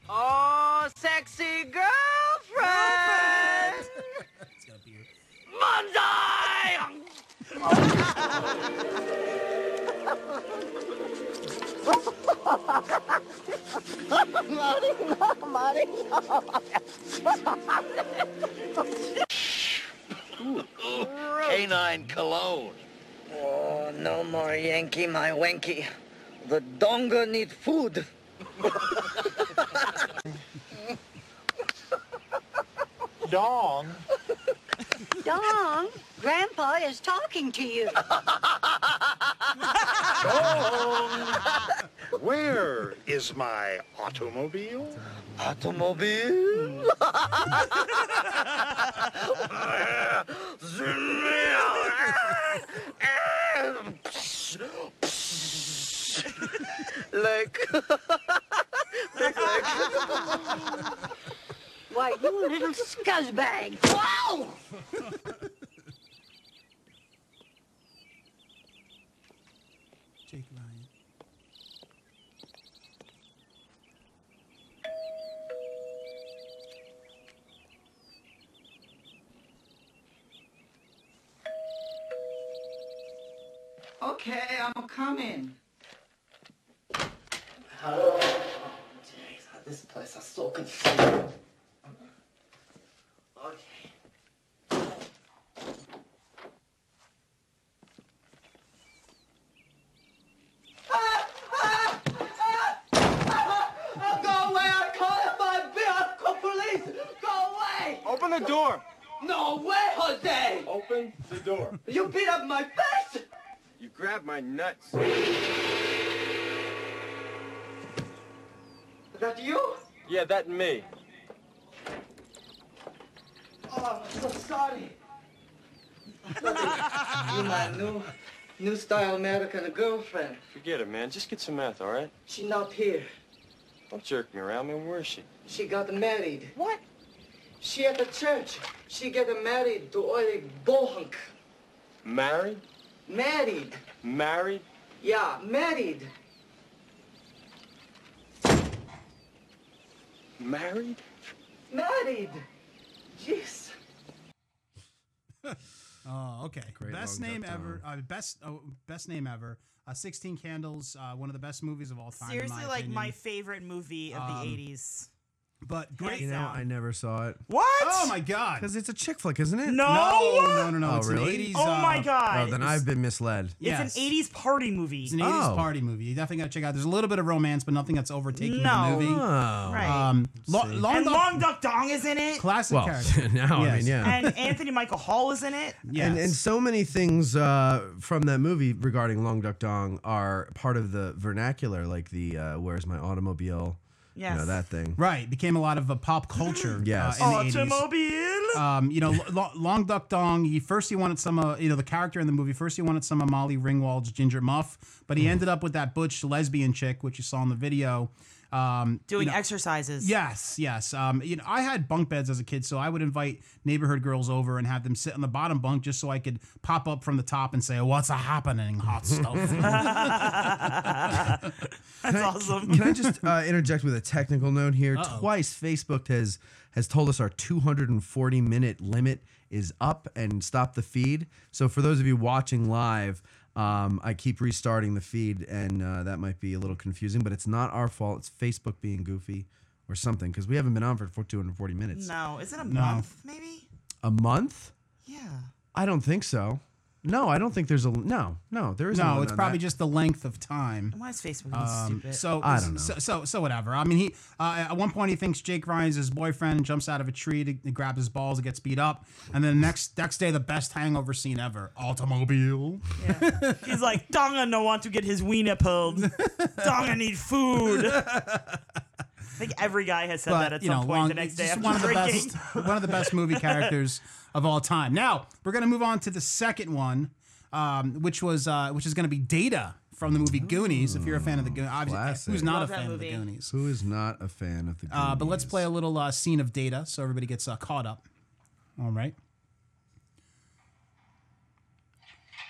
oh, sexy girlfriend! Canine cologne. Oh, no more Yankee, my wanky. The donga need food. Dong. Dong, Grandpa is talking to you. Where is my automobile? Automobile? like, like, like. Why, you little scuzzbag. Wow! Jake Ryan. Okay, I'm coming. Oh, Hello. Jeez, this place is so confusing. Okay. Go away! I'm calling my bill! Call police! Go away! Open the door! No way, Jose! Open the door. You beat up my face! You grabbed my nuts. That you? Yeah, that and me. Oh, I'm so sorry. You my new, new style American girlfriend. Forget it, man. Just get some meth, all right? She not here. Don't jerk me around, man. Where is she? She got married. What? She at the church. She get married to Oily Bohunk. Married? Married. Married? Yeah, married. Married? Married. Jeez. Oh, okay. Great best long name duck ever. Uh, best oh, best name ever. Uh, Sixteen Candles. Uh, one of the best movies of all time. in Seriously, like opinion. my favorite movie of Um, the 80s. But great. You know, I never saw it. What? Oh my god. Because it's a chick flick, isn't it? No! no, no, no. Oh, it's really? an 80s. Oh my uh, God. Oh, then I've been misled. It's an 80s party movie. It's an 80s Oh. party movie. You definitely got to check out. There's a little bit of romance, but nothing that's overtaking No. the movie. Oh. Right. Um, Lo- Long and Duck- Long Duck Dong is in it. classic Well, character. now, I Yes. mean, yeah. And Anthony Michael Hall is in it. And, and so many things uh, from that movie regarding Long Duck Dong are part of the vernacular, like the uh, "Where's my automobile?" You know Yes. that thing. Right, became a lot of uh, pop culture. Yes. Oh, uh, in the 80s. Um, you know, Lo- Long Duck Dong. He first he wanted some, uh, you know, the character in the movie. First he wanted some of Molly Ringwald's Ginger Muff, but Hmm. he ended up with that butch lesbian chick, which you saw in the video. Um, Doing you know- exercises. Yes, yes. Um, you know, I had bunk beds as a kid, so I would invite neighborhood girls over and have them sit on the bottom bunk just so I could pop up from the top and say, "What's a happening, hot stuff?" That's awesome. Can I just uh, interject with a technical note here? Uh-oh. Twice Facebook has has told us our 240 minute limit is up and stopped the feed. So for those of you watching live, um, I keep restarting the feed, and uh, that might be a little confusing, but it's not our fault. It's Facebook being goofy or something because we haven't been on for 240 minutes. No, is it a No. month maybe? A month? Yeah. I don't think so. No, I don't think there's a no. No, there is no, it's probably just the length of time. Why is Facebook being Um, stupid? so I don't know. So, so so whatever. I mean, he uh, at one point he thinks Jake Ryan's his boyfriend, and jumps out of a tree to, to grab his balls, and gets beat up, and then the next next day the best hangover scene ever. Automobile. He's like, Donga no want to get his wiener pulled. Donga need food. I think every guy has said that at some point long- the next day just after one of the drinking. best, one of the best movie characters of all time. Now we're gonna move on to the second one, um, which was uh, which is gonna be Data from the movie Goonies. If you're a fan of the Goonies, obviously, eh, who's not a fan of the Goonies? Who is not a fan of the Goonies? Uh, but let's play a little uh, scene of Data so everybody gets uh, caught up. All right.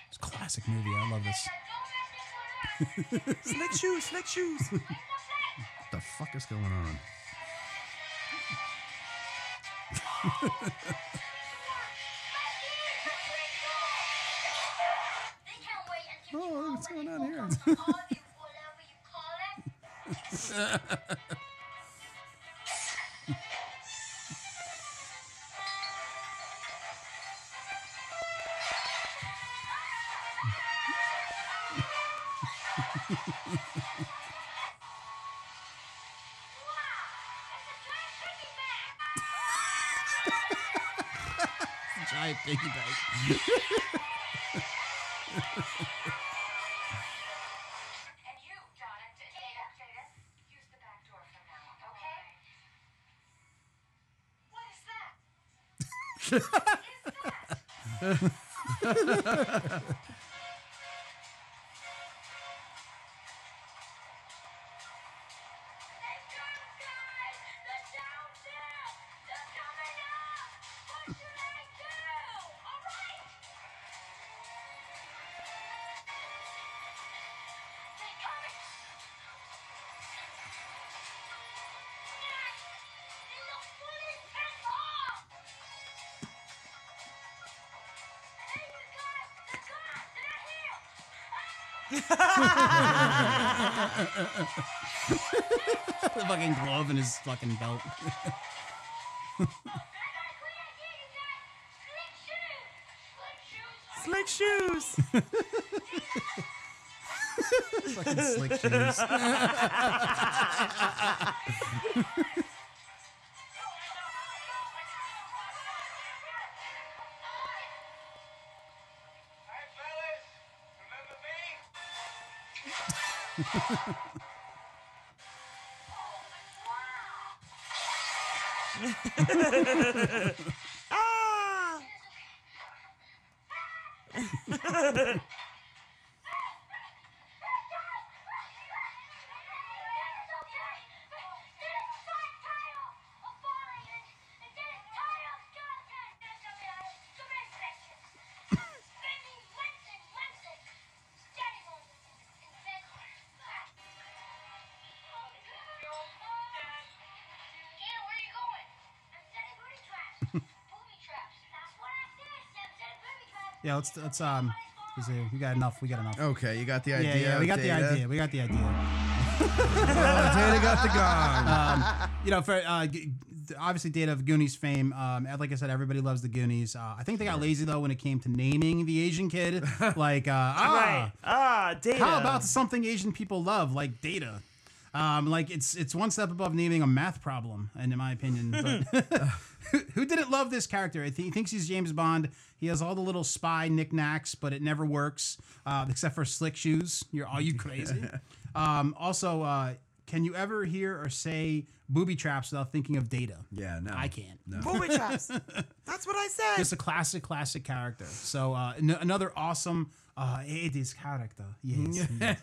It's a classic movie. I love this. slick shoes, slick shoes. what the fuck is going on? Oh, what's going on here? Giant piggy bank. the fucking glove in his fucking belt. Slick shoes. fucking slick shoes. ah! Yeah, let's let's um. let's see. We got enough. We got enough. Okay, you got the idea. Yeah, yeah, we got Data. the idea. We got the idea. Data got the gong. Um, you know, for uh, g- obviously Data of Goonies fame. Um, and like I said, everybody loves the Goonies. Uh, I think they got lazy though when it came to naming the Asian kid. Like, uh, ah, Right. Ah, data. how about something Asian people love, like Data? Um, like it's it's one step above naming a math problem, and in my opinion, but who, who didn't love this character? I thi- He thinks he's James Bond. He has all the little spy knickknacks, but it never works, uh, except for slick shoes. You're are you crazy? um, also, uh, can you ever hear or say booby traps without thinking of Data? Yeah, no, I can't. No. Booby traps. That's what I said. Just a classic, classic character. So uh, n- another awesome uh, 80s character. Yes. yes, yes.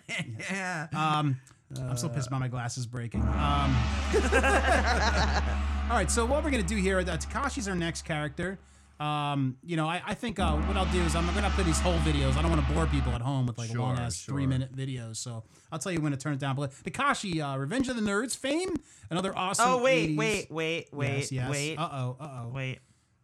Yeah. Um, I'm so pissed about my glasses breaking. Um, all right, so what we're gonna do here, uh, Takashi's our next character. Um, you know, I, I think uh, what I'll do is I'm gonna put these whole videos. I don't want to bore people at home with like Sure, long ass sure. three minute videos. So I'll tell you when to turn it down. But Takashi, uh, Revenge of the Nerds fame, another awesome. oh wait, 80s wait, wait, wait, Yes, yes. wait. Uh oh, uh oh. Wait.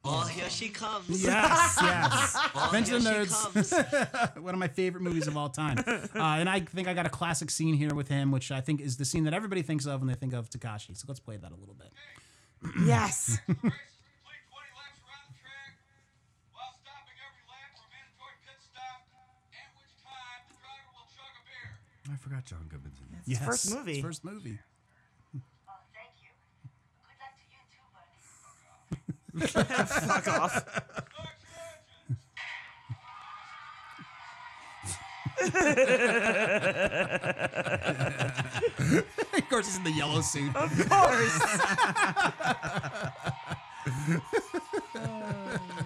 Oh, here she comes. Yes, yes. Oh, Revenge of the here she Nerds. One of my favorite movies of all time. Uh, and I think I got a classic scene here with him, which I think is the scene that everybody thinks of when they think of Takashi. So let's play that a little bit. Yes. I forgot John Goodman's in It's his first movie. it's First movie. Fuck off. of course, he's in the yellow suit. Of course.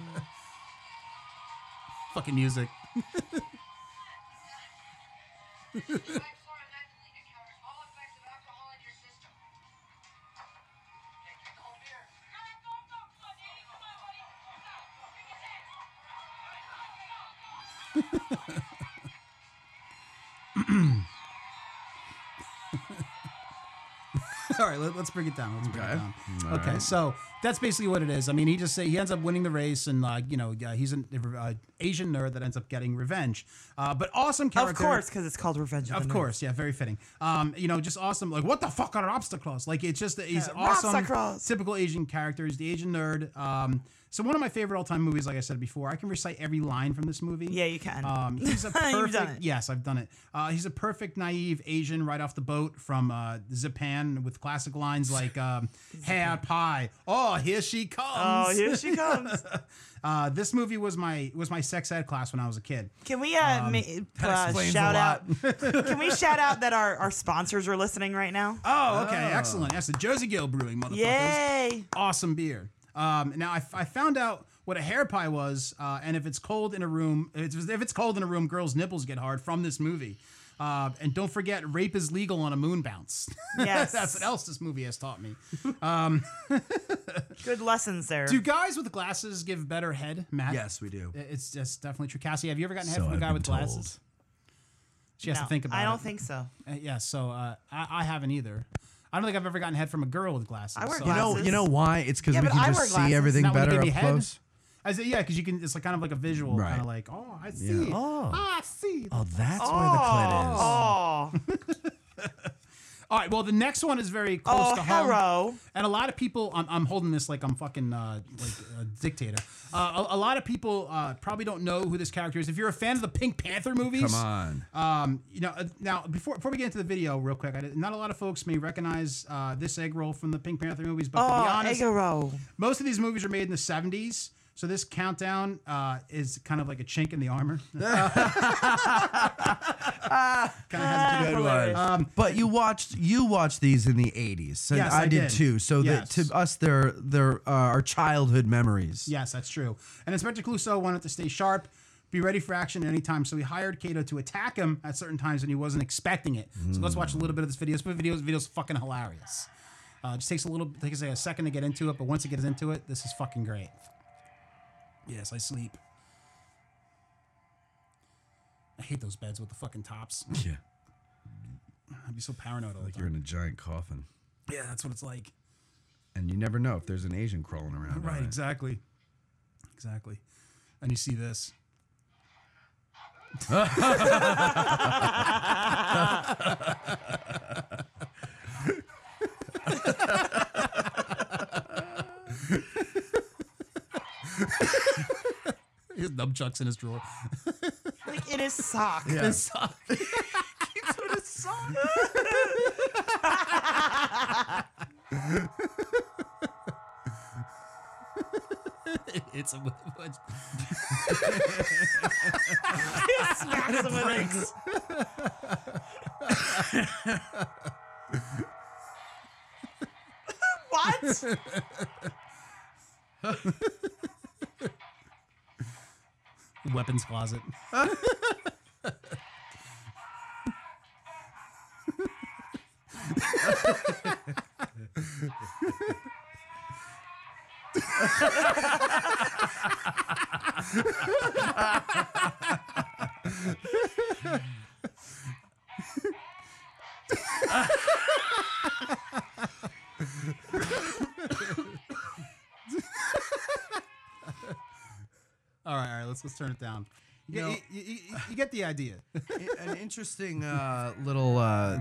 Fucking music. All right, let, us bring it down. Let's bring Okay. it down. All okay, right. so that's basically what it is. I mean, he just say he ends up winning the race, and uh, you know, yeah, he's an uh, Asian nerd that ends up getting revenge. Uh, but awesome character, Of course, because it's called Revenge of, Of the course, yeah, very fitting. Um, you know, just awesome. Like, what the fuck are obstacles? Like, it's just he's Yeah, awesome. obstacles. Typical Asian character. He's the Asian nerd. Um, so one of my favorite all time movies. Like I said before, I can recite every line from this movie. Yeah, you can. Um, he's a You've perfect. done it. Yes, I've done it. Uh, he's a perfect naive Asian right off the boat from uh, Japan with classic lines like um, "Hey, I pie! Oh, here she comes! Oh, here she comes. uh, this movie was my was my sex ed class when I was a kid. Can we uh, ma- uh Um, explains a shout lot. out? can we shout out that our, our sponsors are listening right now? Oh, okay, excellent. That's the Jersey Gill Brewing, motherfuckers. Yay! Awesome beer. Um, now I, I found out what a hair pie was, uh, and if it's cold in a room, if it's, if it's cold in a room, girls' nipples get hard from this movie. Uh, and don't forget, rape is legal on a moon bounce. Yes. that's what else this movie has taught me. Good lessons there. Do guys with glasses give better head, Matt? Yes, we do. It's just definitely true. Cassie, have you ever gotten head So from a I've guy been with told. glasses? She has No, to think about it. I don't think so. Uh, yeah, so uh, I, I haven't either. I don't think I've ever gotten head from a girl with glasses. I wear so- You know, Glasses. you know why? It's because Yeah, we but can I wear just see glasses. everything Not with a better up baby head. close. I said, yeah, because you can. It's like kind of like a visual, Right. kind of like, oh, I see. Yeah. it. Oh. Ah, I see. it." Oh, that's Oh, All right. Well, the next one is very close Oh, to home, hello. and a lot of people. I'm, I'm holding this like I'm fucking uh, like a dictator. Uh, a, a lot of people uh, probably don't know who this character is. If you're a fan of the Pink Panther movies, Come on. Um, you know, uh, now before before we get into the video, real quick, I, not a lot of folks may recognize uh, this egg roll from the Pink Panther movies, but to be oh, honest, Egaro. most of these movies are made in the 70s so this countdown uh, is kind of like a chink in the armor kind of has to do Good Uh, with good. but you watched you watched these in the '80s, so Yes, I, I did, did. too. So that Yes. to us, they're they're uh, our childhood memories. Yes, that's true. And Inspector Clouseau wanted to stay sharp, be ready for action at any time, so he hired Kato to attack him at certain times when he wasn't expecting it. So let's watch a little bit of this video. This video, this video's fucking hilarious. Uh, it just takes a little, takes a second to get into it, but once it gets into it, this is fucking great. Yes, I sleep. I hate those beds with the fucking tops. Yeah. I'd be so paranoid all the Like time. you're in a giant coffin, Yeah, that's what it's like. and you never know if there's an Asian crawling around. Right, on it. exactly. Exactly. And you see this. his nunchucks in his drawer. Like in his sock. Yeah. His sock. Keeps it in his sock. it's a what? He smacks him with Bricks. What? Weapons closet. All right, all right. Let's let's turn it down. You You, get, know- you- you- you- you get the idea. An interesting uh, little uh,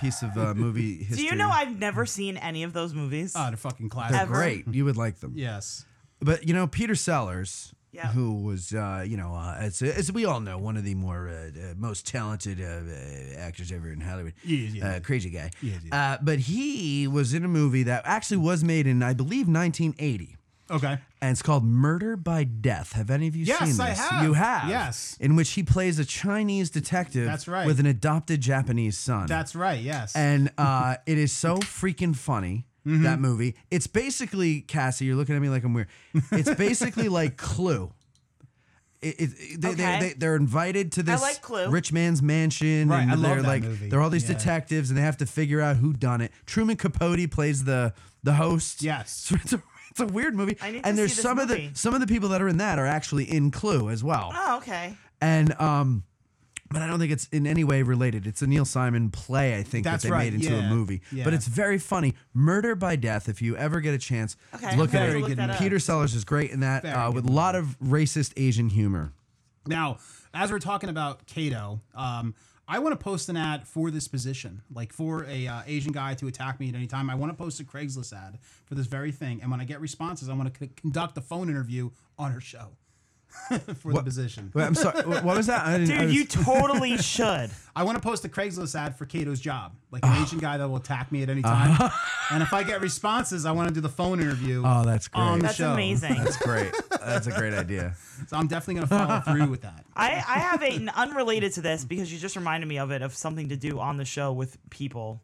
piece of uh, movie history. Do you know I've never seen any of those movies? Oh, they're fucking They're Ever. great. You would like them. Yes. But you know, Peter Sellers, Yeah. who was, uh, you know, uh, as, as we all know, one of the more uh, uh, most talented uh, uh, actors ever in Hollywood. Yeah, yeah, uh, crazy guy. Yeah, Uh, but he was in a movie that actually was made in, I believe, 1980. Okay. And it's called Murder by Death. Have any of you Yes, seen this? I have. You have. Yes. In which he plays a Chinese detective. That's right. With an adopted Japanese son. That's right. Yes. And uh, it is so freaking funny. Mm-hmm. That movie. It's basically Cassie. You're looking at me like I'm weird. It's basically like Clue. It, it, it- they, Okay. they, they, they're invited to I this like Clue. rich man's mansion. Right, and I love they're that like movie. they're all these Yeah. detectives, and they have to figure out who done it. Truman Capote plays the the host. Yes. it's, a, it's a weird movie. I need to and there's see this some movie. of the some of the people that are in that are actually in Clue as well Oh, okay. and um but I don't think it's in any way related. It's a Neil Simon play, I think, That's that they right, made into yeah, a movie. yeah. But it's very funny. Murder by Death, if you ever get a chance, Okay, look I'm at gonna it. look that up. Peter Sellers is great in that, Very uh, good with a lot of racist Asian humor. Now, as we're talking about Kato, um, I want to post an ad for this position, like for a uh, Asian guy to attack me at any time. I want to post a Craigslist ad for this very thing, and when I get responses, I want to c- conduct a phone interview on her show for the position. Wait, I'm sorry. wh- what was that? I didn't, I Dude, was- you totally should. I want to post a Craigslist ad for Kato's job, like Ah. an Asian guy that will attack me at any Uh-huh. time. and if I get responses, I want to do the phone interview. Oh, that's great. on the That's show. amazing. That's great. That's a great idea. So I'm definitely gonna follow through with that. I, I have a- an unrelated to this because you just reminded me of it of something to do on the show with people.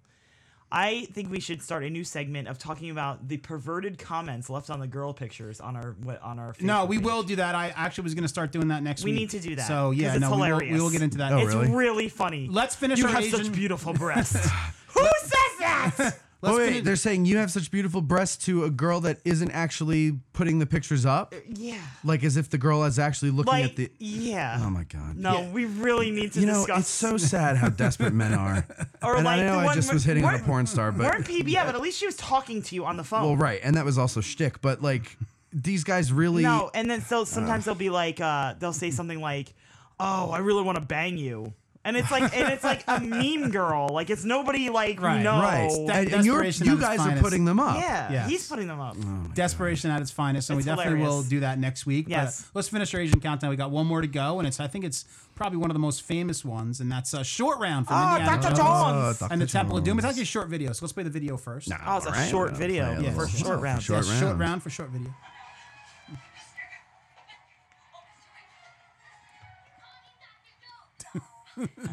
I think we should start a new segment of talking about the perverted comments left on the girl pictures on our what- on our. No, Facebook we page. will do that. I actually was going to start doing that next We week. need to do that. So yeah, 'cause it's no, we will- hilarious. We, will, get into that. Oh, it's really? really? funny. Let's finish You our have Asian. such beautiful breasts. Who says that? Let's oh, wait, finish- they're saying you have such beautiful breasts to a girl that isn't actually putting the pictures up? yeah. Like as if the girl is actually looking Like at the. yeah. Oh, my God. No, we really need to you know, discuss. it's so sad how desperate men are. Or and like I know the I one just where- was hitting on a weren't- porn star, We're in but PBA, but at least she was talking to you on the phone. well, right, and that was also shtick. But like, these guys really No, and then Uh. so sometimes they'll be like, uh, they'll say something like, "Oh, I really want to bang you," and it's like, and it's like a meme girl. Like it's nobody like Right, we know. right, that- and, and you're, desperation you at its guys finest. are putting them up. Yeah, Yes. he's putting them up. Oh. desperation at its finest, and It's we definitely will hilarious. do that next week. Yes. But let's finish our Asian countdown. We got one more to go, and it's I think it's probably one of the most famous ones, and that's uh, short round from Oh, Indiana Dr. Jones Jones. Uh, Dr. and the Temple of Doom. It's Jones. actually a short video, so let's play the video first. Nah, Oh, it's a all right, short I'll video play a Yeah. little- for short round. Short Yeah, round. short round for short video.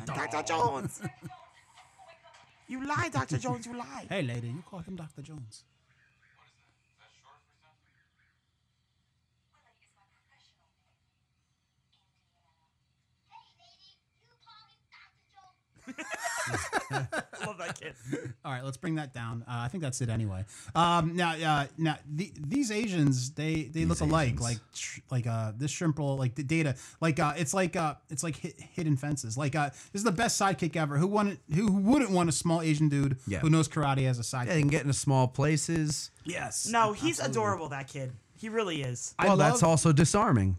Dr. Jones. You lie, Dr. Jones, you lie. Hey, lady, you call him Dr. Jones. Love that kid. All right, let's bring that down. Uh, I think that's it anyway. Um, now, uh, now the, these Asians, they they look alike. Asians. Like tr- like uh, this shrimp roll, like the data, like uh, it's like uh, it's like hit, hidden fences. Like uh, this is the best sidekick ever. Who wanted? Who wouldn't want a small Asian dude Yeah. Uh, who knows karate as a sidekick? and getting to small places. Yes. No, he's adorable, that kid. He really is. Well, that's love- also disarming.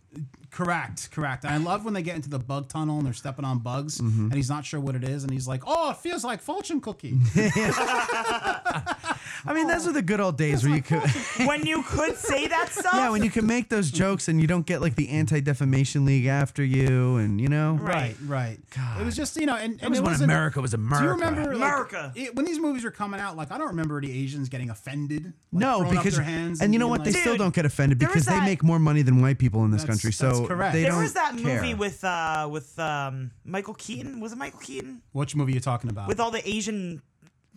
Correct, correct. I love when they get into the bug tunnel and they're stepping on bugs, Mm-hmm. and he's not sure what it is, and he's like, "Oh, it feels like fortune cookie." I mean, Oh. those are the good old days where you could, when you could say that stuff. yeah, when you can make those jokes and you don't get like the Anti Defamation League after you, and you know, Right, right. It was just you know, and, and was it when wasn't- America was Do you America. remember like, America. it- when these movies were coming out? Like, I don't remember any Asians getting offended. like, no, throwing up because their hands and, you know being what? like- they still don't get offended there because was they that- make more money than white people in this That's- country. that's So correct. they there don't was that care. movie with uh with um Michael Keaton. Was it Michael Keaton? Which movie are you talking about? With all the Asian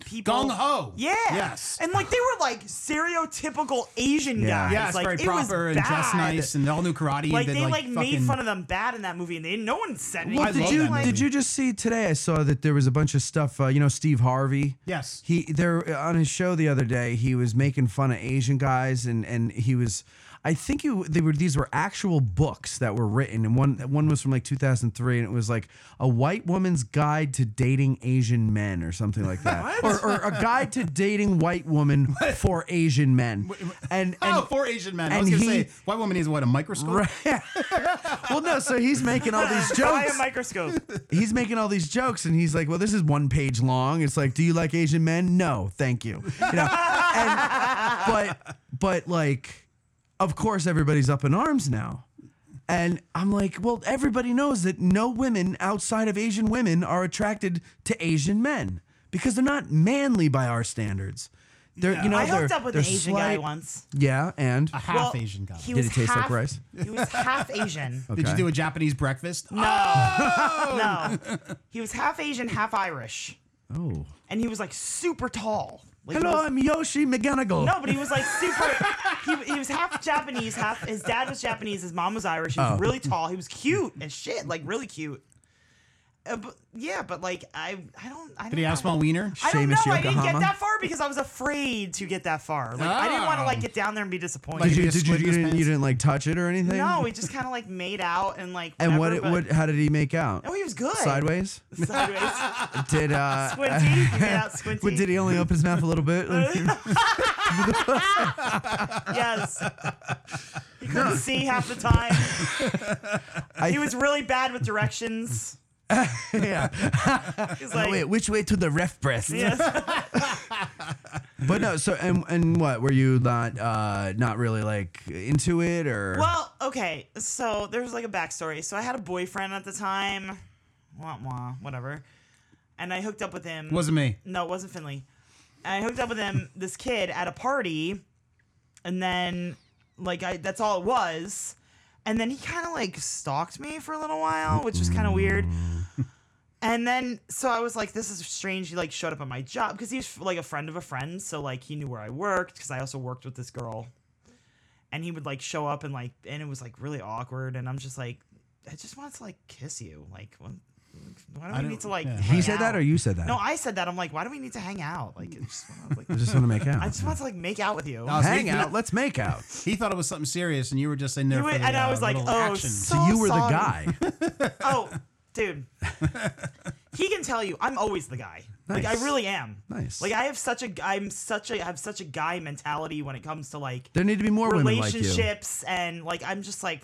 people. Gung Ho. Yeah. Yes. And like they were like stereotypical Asian guys. yes, like, very it was proper and just bad. nice and all new karate. Like and they like, made fucking- fun of them bad in that movie, and they no one said anything. Well, I did love you that did movie. you just see today? I saw that there was a bunch of stuff. Uh, you know, Steve Harvey. Yes. He there uh, on his show the other day. He was making fun of Asian guys, and and he was. I think you they were these were actual books that were written, and one one was from like 2003, and it was like a white woman's guide to dating Asian men or something like that, or, or a guide to dating white woman for Asian men, and, and Oh, four Asian men. I and was gonna he- say, white woman needs what a microscope. well no, so he's making all these Buy jokes a microscope. he's making all these jokes and he's like, well, this is one page long. It's like, do you like Asian men? No, thank you. You know, and, but but like, of course, everybody's up in arms now. And I'm like, well, everybody knows that no women outside of Asian women are attracted to Asian men because they're not manly by our standards. They're, you know, I they're, hooked up with they're an Asian guy slight- once. Yeah, and A half Asian guy. He Did was it taste like half, rice? He was half Asian. Did you Okay. do a Japanese breakfast? Ah, No. No, he was half Asian, half Irish, oh, and he was like super tall. Like, he hello, was- I'm Yoshi McGonigal. No, but he was like super. he, he was half Japanese, half his dad was Japanese, his mom was Irish. He was Oh. really tall. He was cute as shit, like really cute. Uh, but, yeah, but like I, I don't. I Did he don't ask know. about wiener? I don't know. Seamus I didn't Yokohama? get that far because I was afraid to get that far. Like I didn't want to like get down there and be disappointed. Did Like, you just did you, split you his didn't you pants? didn't like touch it or anything? no, we just kind of like made out and like. And what whatever, it what but- how did he make out? No, he was good. Sideways? Sideways. Did uh Squinty. He made out squinty. what, did he only open his mouth a little bit? Yes. He couldn't see half the time. I- He was really bad with directions. yeah. He's like, Wait, which way to the ref breast? yes. But no, so and and what were you not uh not really like into it or Well, okay. So there's like a backstory. So I had a boyfriend at the time. Wah wah, whatever. And I hooked up with him. Wasn't me. No, it wasn't Finley. And I hooked up with him, this kid, at a party, and then like I that's all it was. And then he kind of like stalked me for a little while, which was kind of weird. And then so I was like, this is strange. He like showed up at my job because he was like a friend of a friend, so like he knew where I worked because I also worked with this girl. And he would like show up and like and it was like really awkward. And I'm just like, I just wanted to like kiss you. Like, why I why do we don't- need to like? yeah. he hang said that out? or you said that? No, I said that. I'm like, why do we need to hang out? Like, I just want to, like, I just want to make out. I just want to like make out with you. Uh, Hang out, let's make out. He thought it was something serious, and you were just in there. You for were- the, and I uh, was like, little "Oh, action. so- So you were the sorry. guy. oh, dude, he can tell you. I'm always the guy. Like Nice. I really am. Nice. Like I have such a I'm such a I have such a guy mentality when it comes to like There need to be more women like you. relationships and like I'm just like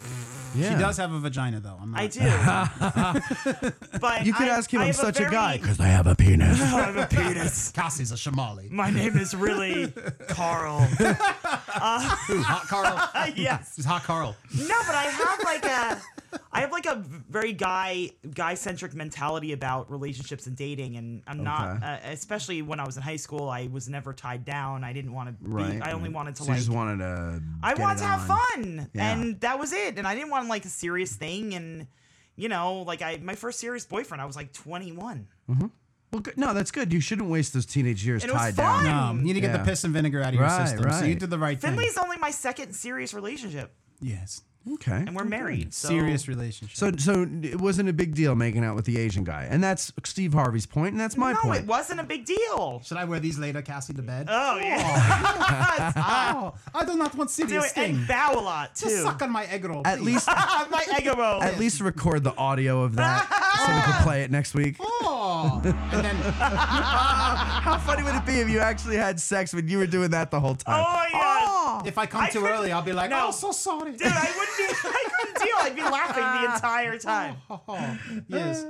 Yeah. She does have a vagina, though. I'm not. I do. but You could I- ask him, I I'm have such a, very- guy. Because I have a penis. I have a penis. Cassie's a Somali. My name is really Carl. Who? Hot Carl. yes. This is Hot Carl. No, but I have like a I have like a very guy guy centric mentality about relationships and dating, and I'm not Okay. uh, especially when I was in high school. I was never tied down. I didn't want to be. Right. I only wanted to so you like. just wanted to I get wanted it to have on. fun, Yeah. and that was it. And I didn't want like a serious thing, and you know, like I my first serious boyfriend, I was like 21. Well, good. no, that's good. You shouldn't waste those teenage years And it was tied down. fun. No, you need to get the piss and vinegar out of your system. So you did the right thing. Finley's only my second serious relationship. Yes. Okay. And we're married. So. Serious relationship. So, so it wasn't a big deal making out with the Asian guy, and that's Steve Harvey's point, and that's my no, point. it wasn't a big deal. Should I wear these later, Cassie, to bed? Oh, yeah. Oh, I do not want Do serious it and thing. bow a lot too. Just suck on my egg roll. At please. least- my egg roll. At least record the audio of that so we can play it next week. Oh, and then How funny would it be if you actually had sex when you were doing that the whole time? Oh. if I come too early, I'll be like, No. "Oh, so sorry." Dude, I wouldn't be. I couldn't deal. I'd be laughing the entire time. yes.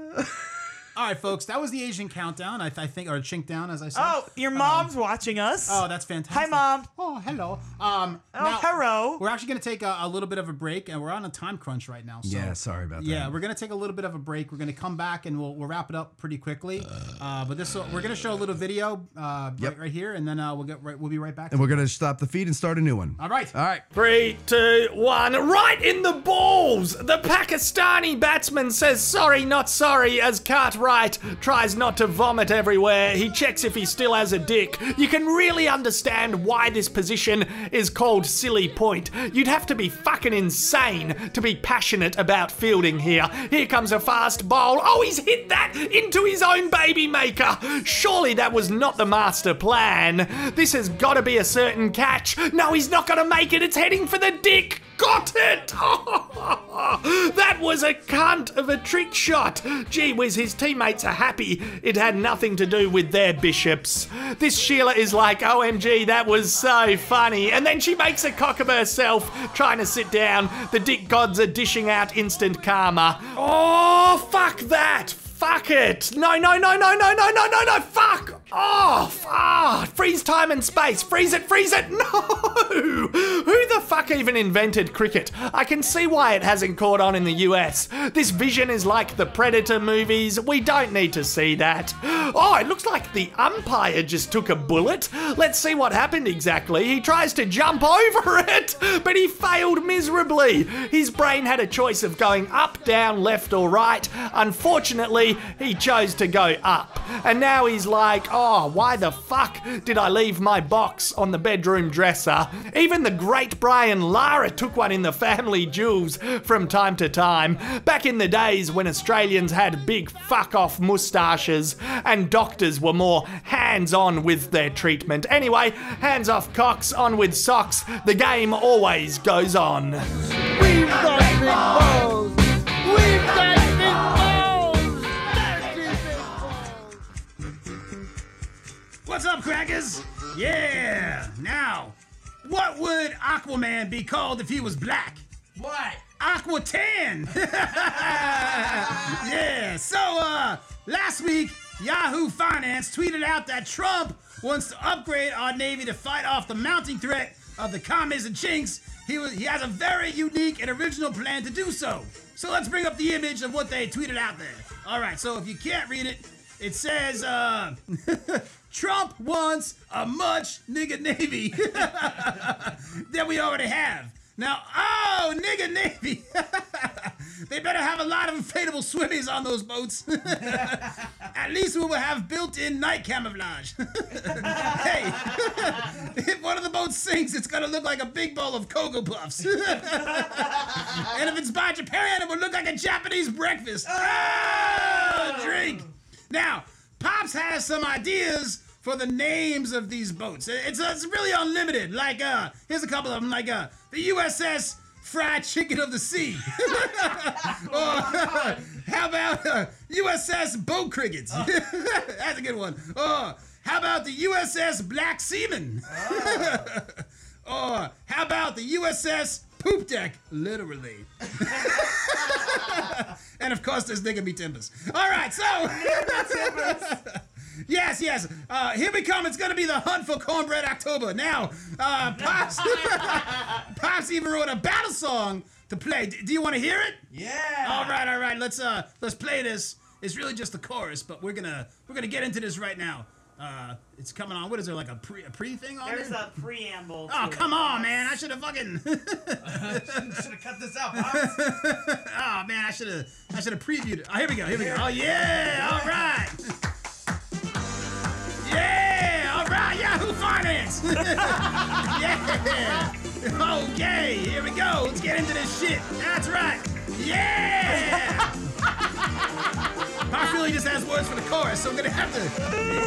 All right, folks, that was the Asian countdown. I, I think, or chink down, as I said. Oh, your mom's watching us. Oh, that's fantastic. Hi, mom. Oh, hello. Um, Oh, hello. We're actually going to take a, a little bit of a break, and we're on a time crunch right now. So Yeah, sorry about that. Yeah, we're gonna take a little bit of a break. We're gonna come back and we'll, we'll wrap it up pretty quickly. Uh, but this will, we're gonna show a little video uh, right, right here, and then uh, we'll get right, we'll be right back. And we're gonna stop the feed and start a new one. All right. All right. Three, two, one. Right in the balls! The Pakistani batsman says sorry, not sorry, as Cartwright tries not to vomit everywhere. He checks if he still has a dick. You can really understand why this position is called Silly Point. You'd have to be fucking insane to be passionate about fielding here. Here comes a fast bowl. Oh, he's hit that into his own baby maker. Surely that was not the master plan. This has got to be a certain catch. No, he's not going to make it. It's heading for the dick. Got it! that was a cunt of a trick shot. Gee whiz, his teammates are happy it had nothing to do with their bishops. This Sheila is like, OMG, that was so funny. And then she makes a cock of herself trying to sit down. The dick gods are dishing out instant karma. Oh, fuck that! Fuck it! No, no, no, no, no, no, no, no, no! Fuck off! Ah, freeze time and space. Freeze it, freeze it! No! Who the fuck even invented cricket? I can see why it hasn't caught on in the US. This vision is like the Predator movies. We don't need to see that. Oh, it looks like the umpire just took a bullet. Let's see what happened exactly. He tries to jump over it, but he failed miserably. His brain had a choice of going up, down, left, or right. Unfortunately, he chose to go up. And now he's like, oh, why the fuck did I leave my box on the bedroom dresser? Even the great Brian Lara took one in the family jewels from time to time. Back in the days when Australians had big fuck off moustaches and doctors were more hands on with their treatment. Anyway, hands off cocks, on with socks. The game always goes on. We've got big balls. We've got big balls. What's up, crackers? Yeah. Now, what would Aquaman be called if he was black? What? Aquatan. yeah. So, uh, last week Yahoo Finance tweeted out that Trump wants to upgrade our navy to fight off the mounting threat of the commies and chinks. He was, he has a very unique and original plan to do so. So let's bring up the image of what they tweeted out there. All right. So if you can't read it, it says. Uh, Trump wants a much nigga navy that we already have. Now, oh, nigga navy. they better have a lot of inflatable swimmies on those boats. At least we will have built-in night camouflage. hey, if one of the boats sinks, it's gonna look like a big bowl of cocoa puffs. and if it's by Japan, it would look like a Japanese breakfast. Oh, drink. Now, Pops has some ideas for the names of these boats. It's it's really unlimited. Like, uh, here's a couple of them. Like, uh, the USS Fried Chicken of the Sea. or how about uh, USS Boat Crickets? That's a good one. Or how about the USS Black Seaman? or how about the USS Poop Deck? Literally. and of course, this nigga be Timbers. All right, so. Yes, yes. Uh, here we come. It's going to be the hunt for cornbread October. Now, uh, Pops, Pops even wrote a battle song to play. D- do you want to hear it? Yeah. All right, all right. Let's uh, let's play this. It's really just the chorus, but we're gonna we're gonna get into this right now. Uh, it's coming on. What is there like a pre a pre thing on There's it? a preamble. Oh to come it. on, man! I should have fucking. should have cut this out, Pops. oh man, I should have I should have previewed it. Oh, here we go. Here we go. Oh yeah! All right. yeah. Okay, here we go. Let's get into this shit. That's right. Yeah. I really just has words for the chorus, so I'm gonna have to.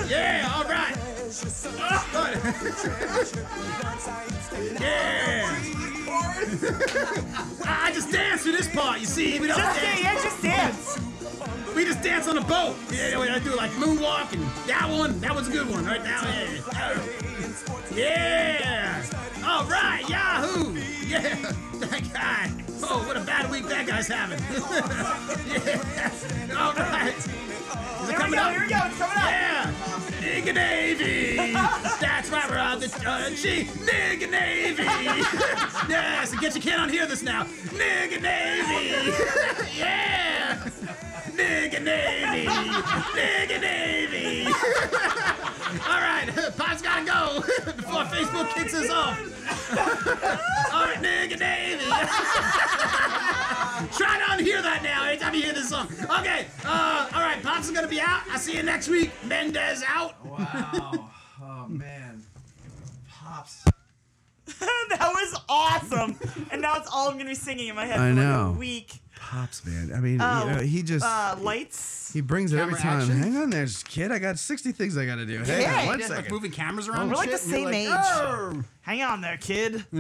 Yeah. All right. yeah. I I just dance through this part. You see, we don't Just dance. dance, yeah, just dance. We just dance on a boat. Yeah, wait, I do like moonwalk and that one. That one's a good one right now. Yeah. Yeah! All right, Yahoo! Yeah, that guy. Oh, what a bad week that guy's having. yeah. All right. Is it Here we coming go, up? here we go, it's coming up. Yeah. Nigga Navy. That's right, we're on the uh, G. Nigga Navy. yes, I guess you can't unhear this now. Nigga Navy. yeah. Nigga Navy. Nigga Navy. All right, Pop's gotta go before Facebook kicks us off. All right, nigga Navy. Try to unhear that now anytime you hear this song. Okay, uh, all right, Pops is gonna be out. I'll see you next week. Mendez out. Wow. Oh man, pops. that was awesome. and now it's all I'm gonna be singing in my head. I for like a know. week. Pops, man. I mean, Oh, you know, he just uh, lights. he brings it every camera time. action. Hang on there, kid. I got sixty things I got to do. Hang on one second. moving cameras around We're and like the shit, and same you're age. like, Hang on there, kid.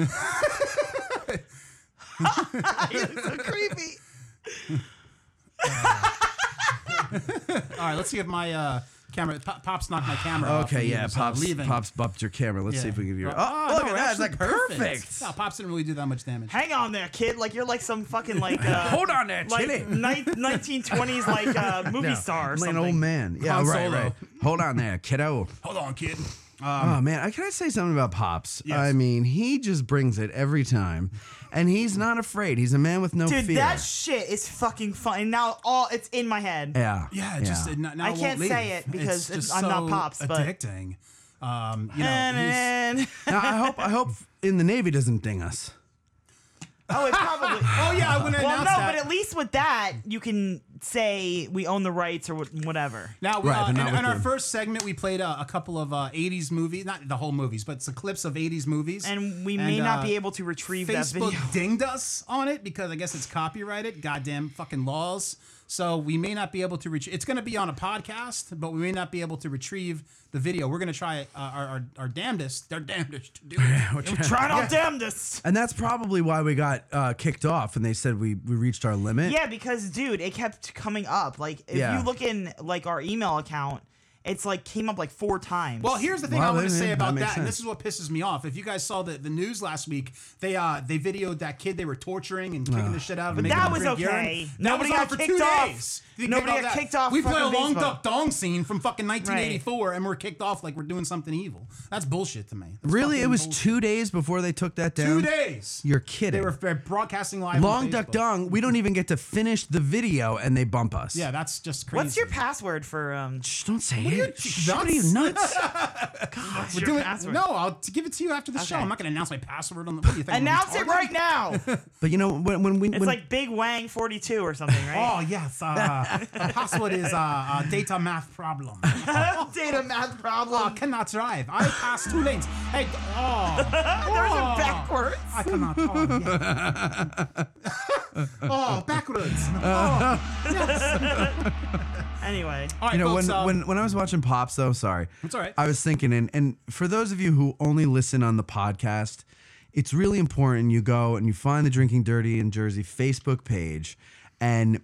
You're so creepy. All right, let's see if my uh, camera. Pop, Pops knocked my camera. off Okay, and yeah, he's, uh, Pops. leaving. Pops bumped your camera. Let's Yeah. see if we can hear. Oh, Oh, oh look no, at it that! It's actually like perfect. No, Pops didn't really do that much damage. Hang on there, kid. Like you're like some fucking like uh, Hold on there, like chili. nine- 1920s like uh, movie No, star or like something. an old man. Yeah, Han right, Solo. right. Hold on there, kiddo. Hold on, kid. oh man, I can I say something about Pops? I mean, he just brings it every time, and he's not afraid. He's a man with no Dude, fear. that shit is fucking fun. And now all it's in my head. Yeah. Yeah, it just Yeah. it, no- now I it won't can't leave. say it It's because it's- just I'm not so Pops, but- addicting. Um, you know, And- he's- now, I hope I hope in the Navy doesn't ding us. Oh, it probably. oh yeah, I wouldn't Well, no, announce that. but at least with that you can say we own the rights or wh- whatever. Now, uh, in, in our first segment, we played uh, a couple of uh, 80s movies, not the whole movies, but some clips of 80s movies. And uh, we may not be able to to retrieve that Facebook video. dinged us on it because I guess it's copyrighted. Goddamn fucking laws. So we may not be able to retrieve. It's going to be on a podcast, but we may not be able to retrieve the video. We're going to try uh, our, our our damnedest, our damnedest to do it. We're trying our damnedest. And that's probably why we got uh, kicked off, and they said we we reached our limit. Yeah, because dude, it kept coming up. Like if Yeah. you look in like our email account, it's like came up like four times. Well, here's the thing I Wow, want to that- say that about that, makes and this sense. is what pisses me off. If you guys saw the, the news last week, they uh they videoed that kid they were torturing and kicking Ugh. the shit out of. But and making that him was drink urine. okay. That Nobody was on got for kicked two off. days. They Nobody kicked got that. kicked off We play a fucking long Facebook. duck dong scene from fucking 1984, and we're kicked off like we're doing something evil. That's bullshit to me. That's Really, it fucking was bullshit. two days before they took that down. Two days. You're kidding. They were they're broadcasting live. on Long Duck Facebook. Dong. We don't even get to finish the video, and they bump us. Yeah, that's just crazy. What's your password for um? Shh, don't say What are it. Shh, what are you nuts? What's We're your doing- password? no, I'll t- give it to you after the show. I'm not going to announce my password on the. What do you think? I'm Announce retarded? it right now. It's But you know when when we when, like Big Wang 42 or something, right? Oh yes, uh, the password is uh, uh, data math problem. data math problem. I cannot drive. I pass two lanes. Hey, oh, There's oh, a backwards. I cannot. Oh, yeah. oh backwards. Oh, yes. anyway. All right, Uh, you know folks, when, um, when when I was watching Pops though, sorry, It's all right. I was thinking, and and for those of you who only listen on the podcast, it's really important you go and you find the Drinking Dirty in Jersey Facebook page, and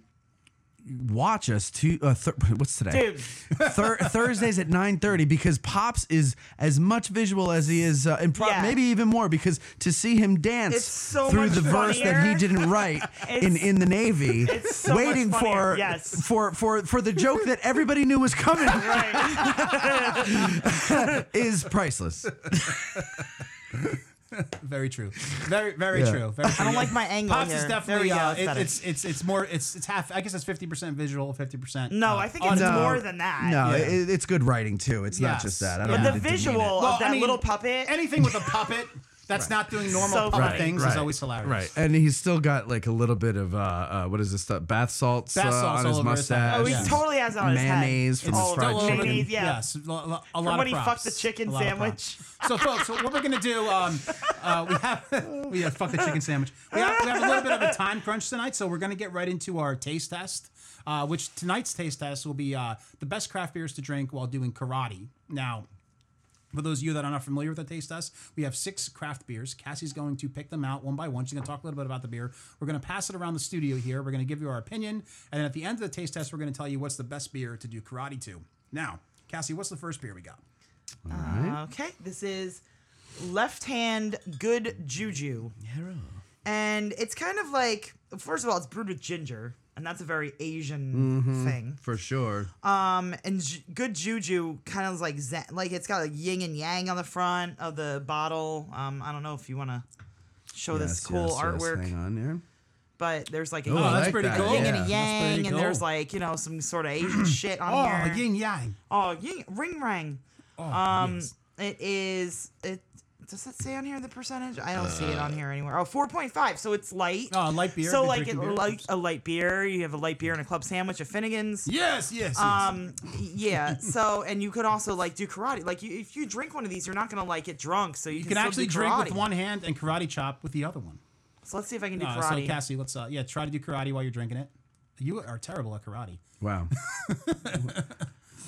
watch us to uh, thir- what's today Dude. Thur- thursdays at 9.30 because pops is as much visual as he is uh, and pro- Yeah. maybe even more because to see him dance It's so through much the verse that he funnier. didn't write in, It's- in the navy it's so much waiting funnier, for yes. for for for the joke that everybody knew was coming is priceless very true. Very very Yeah. true. Very I true. don't like my angle Pops is here. There definitely we go, uh, it's it, better. it's it's it's more it's it's half. I guess it's fifty percent visual, fifty percent. uh, No, I think it's more than that. no Yeah. it, it's good writing too it's not Yes. just that I Yeah. don't mean But the to demean it. visual Well, of that I mean, little puppet. Anything with a puppet That's not doing normal So puppet funny. things. It's Right. always hilarious. Right, and he's still got like a little bit of uh, uh what is this stuff? Bath salts, Bath uh, salts on all his over his head. mustache. Oh, he Yeah. totally has it on his head. mayonnaise from It's his all fried over chicken. Mayonnaise, yeah. Yes, a lo- lo- a From lot of when he fucked props. the chicken A lot of sandwich. props. So, folks, so what we're gonna do? Um, uh, we have we have fuck the chicken sandwich. We have, we have a little bit of a time crunch tonight, so we're gonna get right into our taste test. Uh, which tonight's taste test will be uh, the best craft beers to drink while doing karate. Now, for those of you that are not familiar with the taste test, we have six craft beers. Cassie's going to pick them out one by one. She's going to talk a little bit about the beer. We're going to pass it around the studio here. We're going to give you our opinion. And then at the end of the taste test, we're going to tell you what's the best beer to do karate to. Now, Cassie, what's the first beer we got? Okay, this is left hand good juju. And it's kind of like, first of all, it's brewed with ginger, and that's a very Asian Mhm, thing. for sure. Um, and ju- good juju kind of like zen, like it's got a yin and yang on the front of the bottle. Um, I don't know if you want to show Oh, this Yes, cool yes, yes. artwork, Hang on there. but there's like a Oh, I like that, yin- yin yeah. and a That's yang, pretty and there's cool. like you know some sort of Asian shit on Oh, here. yin yang. Oh, yin ring rang. Oh, um, it is it. Does that say on here the percentage? I don't see it on here anywhere. Oh, 4.5. So it's light. Oh, light beer, So good like it, drinking beer. like a light beer. You have a light beer and a club sandwich at Finnegan's. Yes, yes, yes. Um, yeah. So and you could also like do karate. Like you, if you drink one of these, you're not gonna like get drunk. So you, You can can, still actually do drink with karate. one hand and karate chop with the other one. So let's see if I can do Uh, karate. so, Cassie, let's, uh, yeah, try to do karate while you're drinking it. You are terrible at karate. Wow.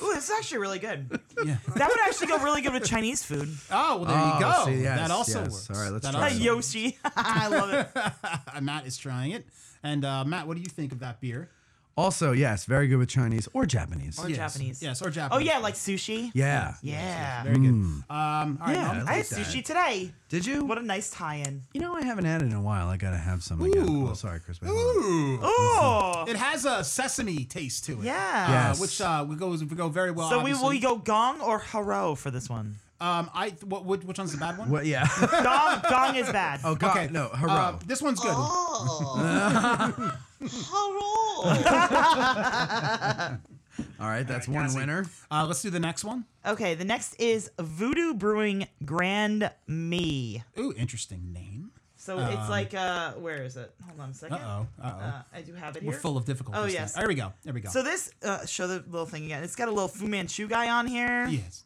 Ooh, this is actually really good. yeah. That would actually go really good with Chinese food. Oh, well, there you Oh, go. see, yes, that also yes. works. All right, let's that try also it. Yoshi. I love it. uh, Matt is trying it. And uh, Matt, what do you think of that beer? Also, yes, very good with Chinese or Japanese. Or Yes. Japanese. Yes, or Oh Japanese. yeah, like sushi. Yeah. Yeah. Very good. Mm. Um, all right, Yeah, Mom. I, I had like that. sushi today. Did you? What a nice tie-in. You know, I haven't had it in a while. I gotta have some again. Oh, sorry, Chris. wait, hold on. Mm. Ooh. Ooh. Uh, It has a sesame taste to it. Yeah. Uh, Yes. Which uh, we go we go very well. so we will obviously. we go gong or haro for this one. Um, I what, what which one's the bad one? What? Yeah. Gong gong is bad. Oh, God. No, hurrah. Uh, this one's good. Oh. All right, that's one winner. Uh, let's do the next one. Okay, the next is Voodoo Brewing Grand Me. Ooh, interesting name. So Um, it's like uh where is it? Hold on a second. Uh-oh, uh-oh. Uh, I do have it We're here. full of difficulties Oh tonight. yes. There we go, there we go. So this uh show the little thing again. It's got a little Fu Manchu guy on here. Yes.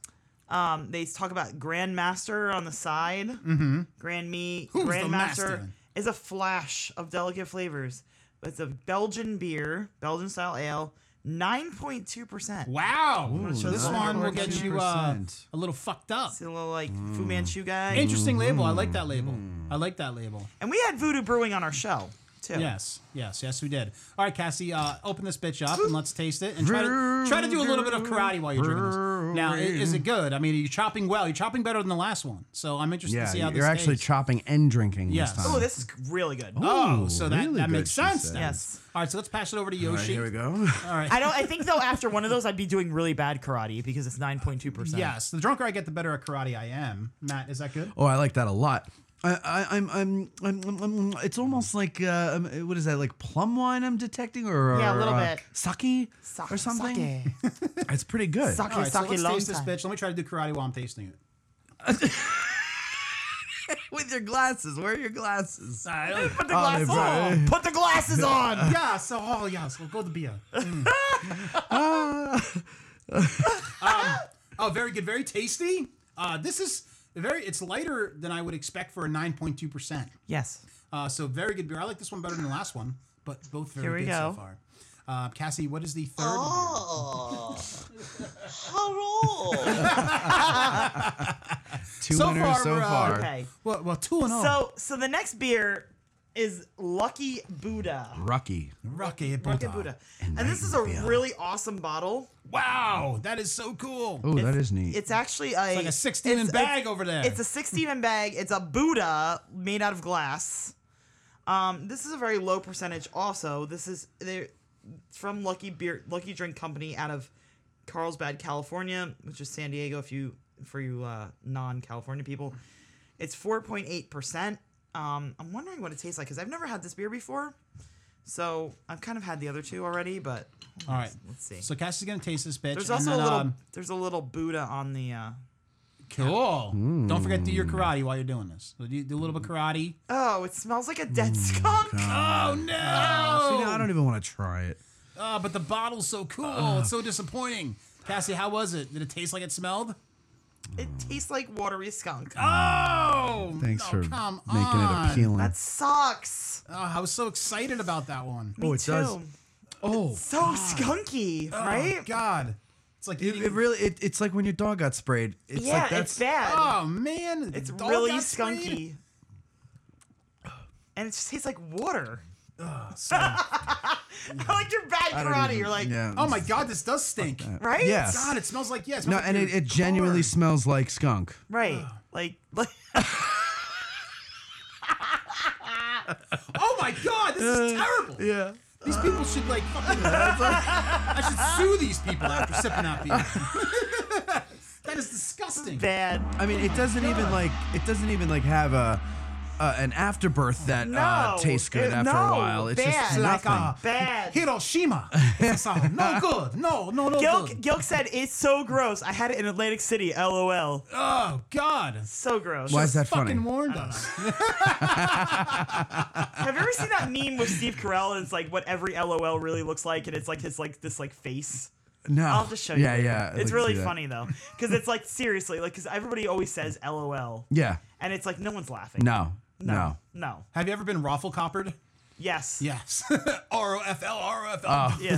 Um they talk about Grandmaster on the side. Mm-hmm. Grand Me Who's the Grandmaster master? is a flash of delicate flavors. It's a Belgian beer, Belgian style ale, 9.2%. Wow. Ooh, so this nice. one will get you uh, 14%. a little fucked up. It's a little like Mm. Fu Manchu guy. Interesting label. I like that label. I like that label. And we had Voodoo Brewing on our show, too. Yes, yes, yes, we did. All right, Cassie, uh, open this bitch up and let's taste it and try to try to do a little bit of karate while you're drinking this. Now, i- is it good? I mean, you're chopping well. You're chopping better than the last one, so I'm interested to Yeah, see how you're this actually tastes. chopping and drinking Yes. this time. Oh, this is really good. Oh, so that, really that good, makes she sense. said. Then. Yes. All right, so let's pass it over to All Yoshi. right, here we go. All right. I don't. I think though after one of those, I'd be doing really bad karate because it's nine point two percent. Yes, the drunker I get, the better at karate I am. Matt, is that good? Oh, I like that a lot. I, I, I'm, I'm, I'm, I'm, it's almost like, uh, um, what is that, like plum wine I'm detecting, or, Yeah, a or, little uh, bit. sake or something? It's pretty good. All right, so sake, let's long taste this time. bitch. Let me try to do karate while I'm tasting it. With your glasses, where are your glasses? Put the Oh, they glasses on. brought- Put the glasses on. yes, oh yes, we'll go to beer. Mm. Ah. um, oh, very good, very tasty. Uh, this is very. It's lighter than I would expect for a nine point two percent. Yes. Uh, so very good beer. I like this one better than the last one, but both very Here we good go. so far. Uh, Cassie, what is the third? Oh. Two So winners far, so we're, uh, far. Okay. Well, well, two and oh. So so the next beer is Lucky Buddha. Rocky. Rocky Rocky Buddha. Buddha. And this is a really awesome bottle. Wow, that is so cool. Oh, that is neat. It's actually a It's like a 16 in it's- bag it's- over there. It's a 16 in bag. It's a Buddha made out of glass. Um, this is a very low percentage. Also, this is they're it's from Lucky Beer Lucky Drink Company out of Carlsbad, California, which is San Diego. If you for you uh, non-California people, it's 4.8 percent. Um, I'm wondering what it tastes like because I've never had this beer before. So I've kind of had the other two already, but All right. let's see. So Cassie's gonna taste this bitch. There's and um, also then, a little um, there's a little Buddha on the uh, Cool. Mm. Don't forget to do your karate while you're doing this. So do, do a little bit of karate. Oh, it smells like a dead skunk. Oh no! See, now I don't even want to try it. Oh, but the bottle's so cool. Ah. It's so disappointing. Cassie, how was it? Did it taste like it smelled? It tastes like watery skunk. Ah. Oh! Thanks oh, for come making it on. appealing. That sucks. Oh, I was so excited about that one. Oh, Me it does. too. Oh, so skunky, Oh, right? God, it's like It, it really, it, it's like when your dog got sprayed. It's yeah, like that's ah, it's bad. Oh man, it's dog really got skunky, sprayed? and it just tastes like water. I like your bad I don't karate. even- You're like, yeah. oh my god, this does stink, Right? Yes. God, it smells like yes. no, and it, it genuinely smells like skunk. right? Ah. Like, like oh my god, this is Uh, terrible. Yeah. These people should like fucking. I should sue these people after sipping out beer. that is disgusting. Bad. I mean, it doesn't even like it doesn't even like have a uh, an afterbirth that uh, No, tastes good it- after a no, while. It's just bad. Like, nothing. uh, ah, bad. Hiroshima. It's all no good. No, no, no Gilk, good. Gilk said it's so gross. I had it in Atlantic City. LOL. Oh God, so gross. Why is that funny? Fucking warned us. Have you ever seen that meme with Steve Carell? And it's like what every LOL really looks like, and it's like his like this like face. No. I'll just show you. Yeah, later. yeah, I'd like It's to really see that. funny though, because it's like seriously, like because everybody always says LOL. Yeah. And it's like no one's laughing. No. No. No. Have you ever been raffle coppered? Yes. Yes. R O F L R O F Oh. L. Yeah.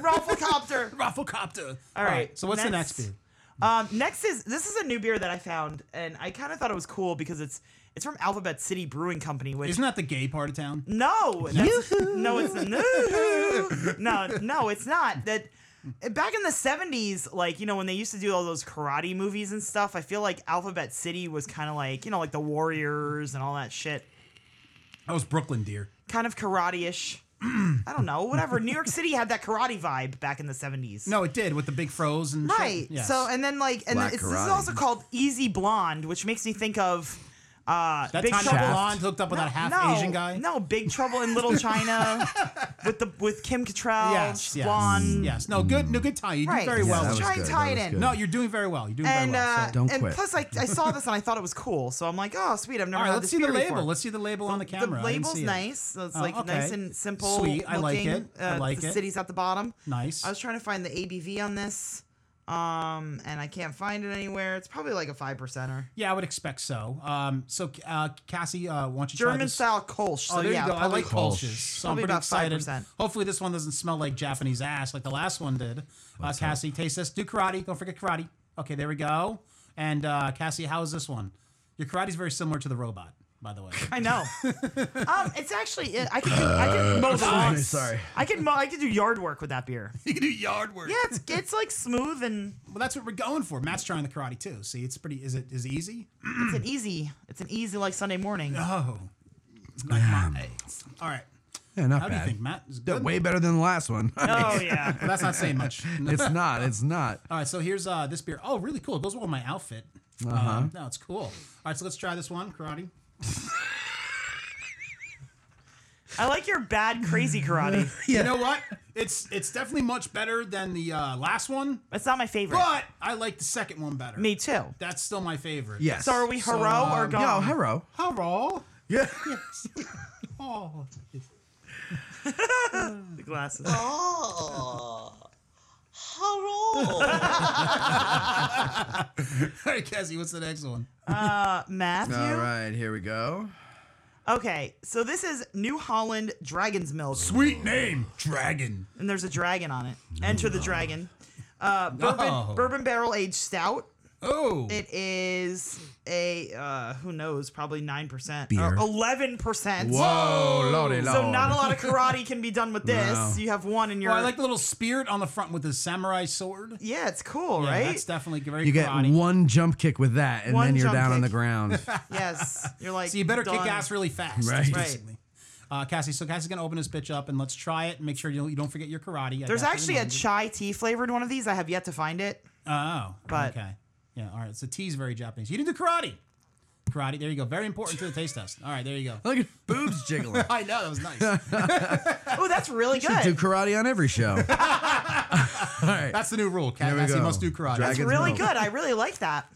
Rafflecopter. Rafflecopter. All right. So what's the next beer? Um, next is this is a new beer that I found, and I kind of thought it was cool because it's it's from Alphabet City Brewing Company, which Isn't that the gay part of town? no, that's- no, it's no, no, no, it's not that. Back in the '70s, like you know, when they used to do all those karate movies and stuff, I feel like Alphabet City was kind of like you know, like the Warriors and all that shit, That was Brooklyn, dear. kind of karate-ish. I don't know, whatever. New York City had that karate vibe back in the '70s. No, it did with the big froze and shit. Right. Yes. So and then like and then Black it's, this is karate. also called Easy Blonde, which makes me think of uh That Big time Trouble. that blonde hooked up with no, that half no, Asian guy? No, Big Trouble in Little China with the with Kim Cattrall. Yes, yes, Blonde. yes. No, good, no, good tie. You Right. do very Yeah, well. that was Try and good, tie that it was in. good. No, you're doing very well. You're doing And very well. uh, and plus I, I saw this and I thought it was cool, so I'm like, oh sweet, I've never All right, had let's this see the beer label. before. Let's see the label on the camera. The I didn't label's see it. nice. So it's Oh, like nice okay. and simple. Sweet. I like looking. it. I Uh, like the it. city's at the bottom. Nice. I was trying to find the ABV on this, um, and I can't find it anywhere. It's probably like a five percenter. Yeah, I would expect so. Um, so uh, Cassie, uh, why don't you try German this? style Kolsch, Oh, so there yeah, you go. I probably- like Kolsch's. So I'm Probably pretty about excited. 5%. Hopefully, this one doesn't smell like Japanese ass like the last one did. Uh, Cassie, taste this. Do karate. Don't forget karate. Okay, there we go. And uh, Cassie, how is this one? Your karate's very similar to the robot, by the way. I know. um, it's actually I could do, I could mow Sorry, lawns. sorry. I could mow, I could do yard work with that beer. You can do yard work. Yeah, it's it's like smooth and Well, that's what we're going for. Matt's trying the karate too. See, it's pretty. Is it is it easy? it's an easy it's an easy like Sunday morning. Oh, Like my, all right. Yeah, not How do bad. you think, Matt? Is it Yeah, good? Way better than the last one. Oh, yeah. Well, that's not saying much. it's not. It's not. All right, so here's uh, this beer. Oh, really cool. It goes well with my outfit. Uh-huh. Um, no, it's cool. All right, so let's try this one, karate. I like your bad crazy karate. You know what? It's it's definitely much better than the uh, last one. It's not my favorite. But I like the second one better. Me too. That's still my favorite. Yes. So are we hero or gone? No, hero. Hero. Yeah. Yes. oh. the glasses. Oh. All right, Cassie, what's the next one? Uh, Matthew. All right, here we go. Okay, so this is New Holland Dragon's Milk. Sweet name, Dragon. And there's a dragon on it. Enter the dragon. Uh, bourbon, Oh. bourbon barrel aged stout. Oh. It is a uh, who knows, probably nine percent, Uh, Beer. eleven percent. Whoa, lordy So lord. not a lot of karate can be done with this. No. You have one in your. Oh, I like the little spirit on the front with the samurai sword. Yeah, it's cool, yeah, right? That's definitely very You get karate. one jump kick with that, and One then you're jump down on kick. the ground. yes, you're like. So you better done. kick ass really fast. Right. Right. basically. Uh, Cassie, so Cassie's gonna open this bitch up and let's try it and make sure you don't, you don't forget your karate. I There's definitely actually a reminded chai tea flavored one of these. I have yet to find it. you. Oh, but- okay, yeah, all right. So tea's very Japanese. You didn't do karate. Karate. There you go. Very important to the taste test. All right, there you go. Look at boobs jiggling. I know that was nice. Oh, that's really You should good. do karate on every show. That's the new rule. There we Cassie go. must do karate. Dragon's Really milk. good. I really like that.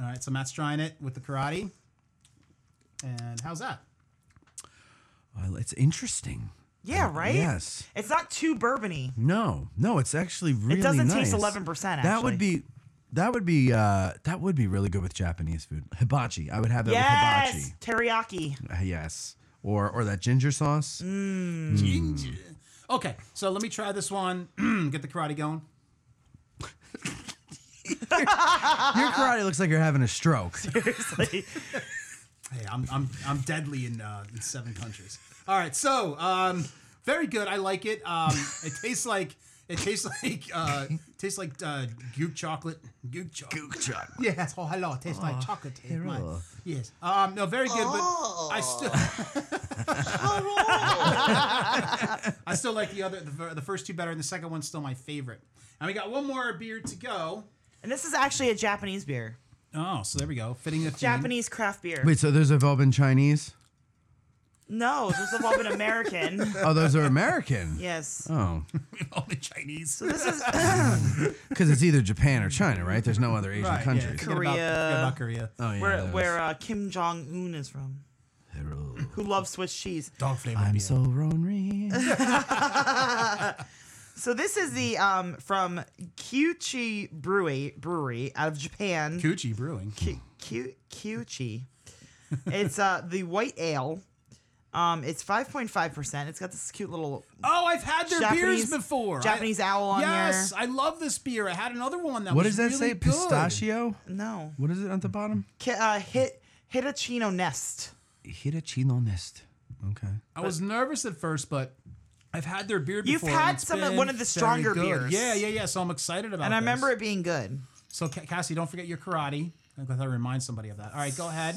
All right, so Matt's trying it with the karate. And how's that? Well, it's interesting. Yeah, right? Yes. It's not too bourbony. No, no, it's actually really. doesn't nice. taste 11%, That would actually. be, that would be, uh, that would be really good with Japanese food. Hibachi. I would have that with Yes. hibachi. Teriyaki. Uh, yes, or or that ginger sauce. Mm. Ginger. Okay, so let me try this one. Get the karate going. Your karate looks like you're having a stroke. Seriously. Hey, I'm, I'm, I'm deadly in, uh, in seven countries. All right, so um, very good. I like it. Um, it tastes like it tastes like uh, tastes like uh, gook chocolate. Gook chocolate. Gook chocolate. Yes. Oh, hello. It tastes like chocolate. It's hello. mine. Yes. Um, no, very good. But I still I still like the other the, the first two better, and the second one's still my favorite. And we got one more beer to go. And this is actually a Japanese beer. Oh, so there we go. Fitting the theme. Japanese craft beer. Mm-hmm. Wait, so those have all been Chinese? No, those have all been American. Oh, those are American. Yes. Oh, all the Chinese. So this is because it's either Japan or China, right? There's no other Asian Right, yeah, country. forget about- forget about Korea. Oh yeah. where that was- where uh, Kim Jong Un is from. Who loves Swiss cheese? Dog I'm so lonely. So this is the um from Kyuchi Brewery Brewery out of Japan. Kyuchi Brewing. Ky- Kyuchi. it's uh the white ale. Um, it's five point five percent. It's got this cute little Oh, I've had their beers Japanese- before. I- Japanese owl on yes, there. I love this beer. I had another one that what does was that really say? good. Pistachio? No. What is it at the bottom? Ki- uh, hit Hitachino Nest. Hitachino Nest. Okay. I was nervous at first, but I've had their beer You've before. had and it's some of- been one of the very stronger good. beers. Yeah, yeah, yeah. So I'm excited about And I remember this. it being good. So, Ca- Cassie, don't forget your karate. I gotta remind somebody of that. All right, go ahead.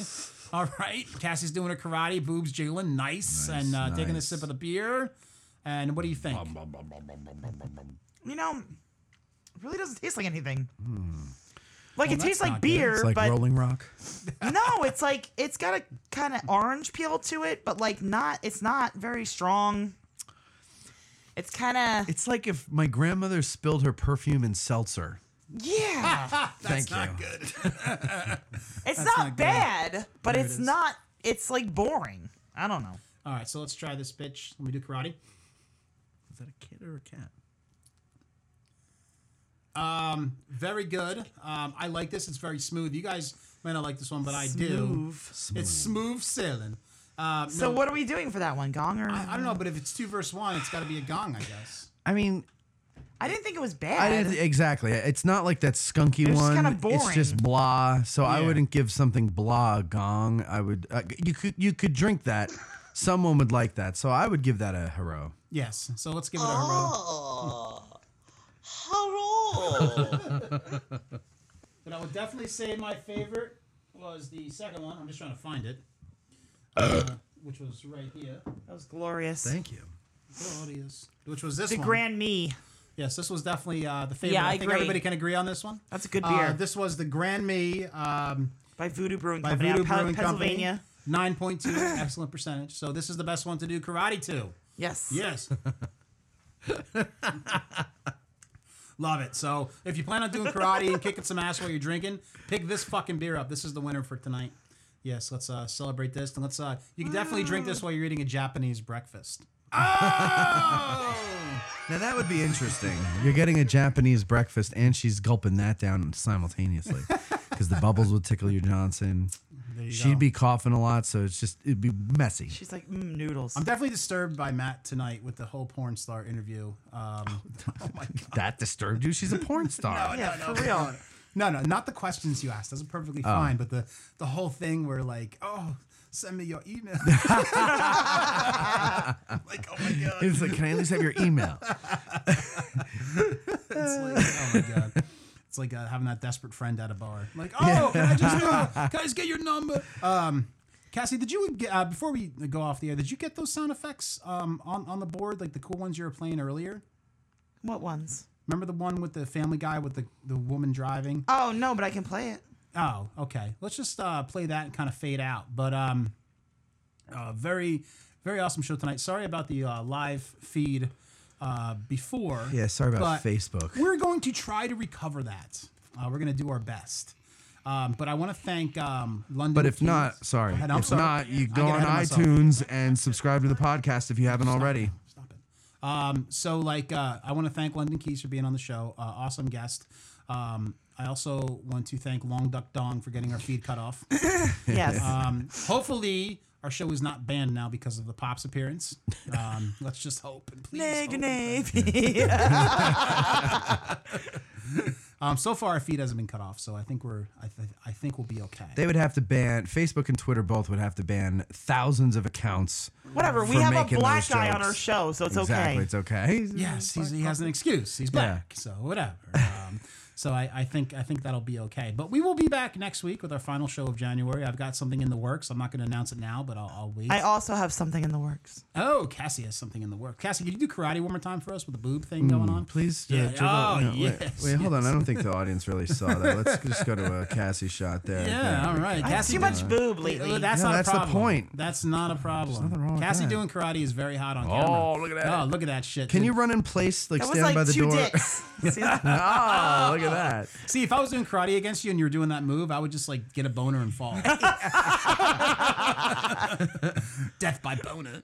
All right, Cassie's doing her karate, boobs jiggling, nice, and uh, taking a nice. sip of the beer. And what do you think? You know, it really doesn't taste like anything. Like Hmm. Well, it that's tastes not like good. beer, It's like but Rolling Rock. no, it's like it's got a kind of orange peel to it, but like not. It's not very strong. It's kind of It's like if my grandmother spilled her perfume in seltzer. yeah. Thank you. It's That's not, not good. bad, but There it it's is. not. It's like boring. I don't know. All right, so let's try this bitch. Let me do karate. Is that a kid or a cat? Um, very good. Um, I like this. It's very smooth. You guys may not like this one, but I do. Smooth. It's smooth sailing. Um, So no, what are we doing for that one? Gong or I, I don't know, but if it's two versus one, it's got to be a gong, I guess. I mean, I didn't think it was I bad. didn't, exactly. It's not like that skunky It's just one. kinda It's boring. just blah. So I Yeah. wouldn't give something blah a gong. I would. Uh, you could you could drink that. Someone would like that. So I would give that a hero. Yes. So let's give it a roll. But I would definitely say my favorite was the second one. I'm just trying to find it, uh, which was right here. That was glorious. Thank you. Glorious. Which was this the one. Grand Me. Yes, this was definitely uh, the favorite. Yeah, I, I think agree. everybody can agree on this one. That's a good Uh, beer. this was the Grand Me um, by Voodoo Brewing by Company, out Voodoo of Pe- Brewing Pennsylvania. Nine point two, excellent percentage. So this is the best one to do karate to. Yes. Yes. Love it. So if you plan on doing karate and kicking some ass while you're drinking, pick this fucking beer up. This is the winner for tonight. Yes, let's uh, celebrate this and let's. Uh, you can definitely drink this while you're eating a Japanese breakfast. Now that would be interesting. You're getting a Japanese breakfast, and she's gulping that down simultaneously, because the bubbles would tickle your Johnson. There you She'd go. be coughing a lot, so it's just it'd be messy. She's like mm, noodles. I'm definitely disturbed by Matt tonight with the whole porn star interview. Um, that disturbed you? She's a porn star. oh yeah, for real. No, no, not the questions you asked. Those are perfectly fine, but the the whole thing where like, oh, send me your email. like, oh my god. It's like, can I at least have your email? It's like, oh my god. It's like uh, having that desperate friend at a bar. Like, oh, can I just uh, can I just get your number? Um, Cassie, did you get uh, before we go off the air? Did you get those sound effects um, on on the board, like the cool ones you were playing earlier? What ones? Remember the one with the Family Guy with the the woman driving? Oh no, but I can play it. Oh, okay. Let's just uh, play that and kind of fade out. But um, uh, very, very awesome show tonight. Sorry about the uh, live feed uh, before. Yeah, sorry about but Facebook. We're going to try to recover that. Uh, we're going to do our best. Um, but I want to thank um, London. But if Keys. not, sorry. Go ahead, I'm if sorry. not, you I go get on ahead of myself. iTunes and subscribe to the podcast if you haven't already. Um, so like, uh, I want to thank London Keys for being on the show. Uh, awesome guest. Um, I also want to thank Long Duck Dong for getting our feed cut off. Yes. Uh, Um, hopefully our show is not banned now because of the pop's appearance. Um, let's just hope. And please hope and pray. um, so far our feed hasn't been cut off, so I think we're. I, th- I think we'll be okay. They would have to ban Facebook and Twitter both would have to ban thousands of accounts. Whatever, we for have a making black those guy on jokes. our show, so it's okay. Exactly, It's okay. Yes, he's, he has an excuse. He's black, so whatever. Um, so I, I think I think that'll be okay. But we will be back next week with our final show of January. I've got something in the works. I'm not going to announce it now, but I'll, I'll wait. I also have something in the works. oh, Cassie has something in the works. Cassie, can you do karate one more time for us with the boob thing going Mm, on? Please, uh, Yeah. jiggle- oh, no, wait, yes. Wait, hold on. yes. I don't think the audience really saw that. Let's just go to a Cassie shot there. Yeah, all right. Cassie too much doing- boob lately. Yeah, That's No, not that's a the problem. point. That's not a problem. nothing wrong with Cassie that. doing karate is very hot on Oh, camera. look at that. Oh, look at that shit. Can dude. you run in place, like That was stand like by the two door? dicks. oh, look at that. See, if I was doing karate against you and you were doing that move, I would just like get a boner and fall. Death by boner.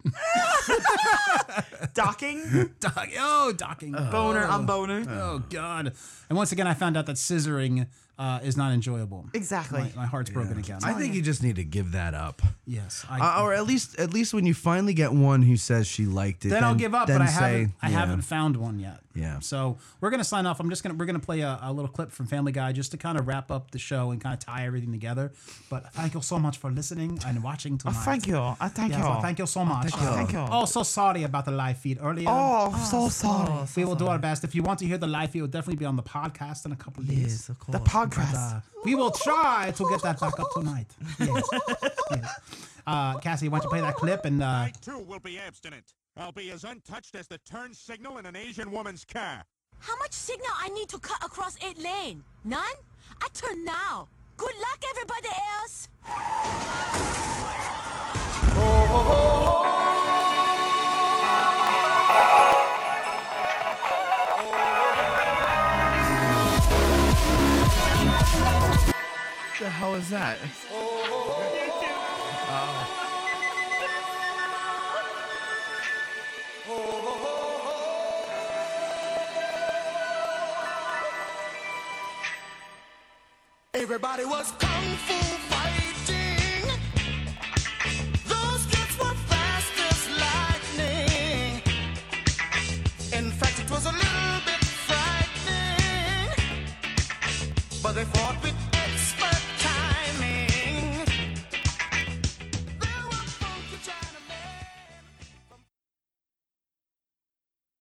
docking? Dock, oh, docking. Boner on boner. Oh, God. And once again, I found out that scissoring uh, is not enjoyable. Exactly. My, my heart's broken again. I think you just need to give that up. Yes. Uh, or at least, at least when you finally get one who says she liked it, then, I'll give up. then But I say, haven't. I yeah. haven't found one yet. Yeah. So we're gonna sign off. I'm just gonna we're gonna play a, a little clip from Family Guy just to kind of wrap up the show and kind of tie everything together. But thank you so much for listening and watching Oh tonight. Oh, thank you. I thank Yes, you. I thank you so much. thank you. Thank you. Oh, so sorry about the live feed earlier. Ah, Oh, so sorry. we will do our best. If you want to hear the live feed, it will definitely be on the podcast in a couple of days. Yes, of course. The podcast. But, uh, we will try to get that back up tonight. Yes. Yes. Uh, Cassie, why don't you play that clip and uh, I too will be abstinent. I'll be as untouched as the turn signal in an Asian woman's car. How much signal I need to cut across eight lane? None? I turn now. Good luck, everybody else. the hell is that? Everybody was kung fu fighting. Those kids were fast as lightning. In fact, it was a little bit frightening. But they fought with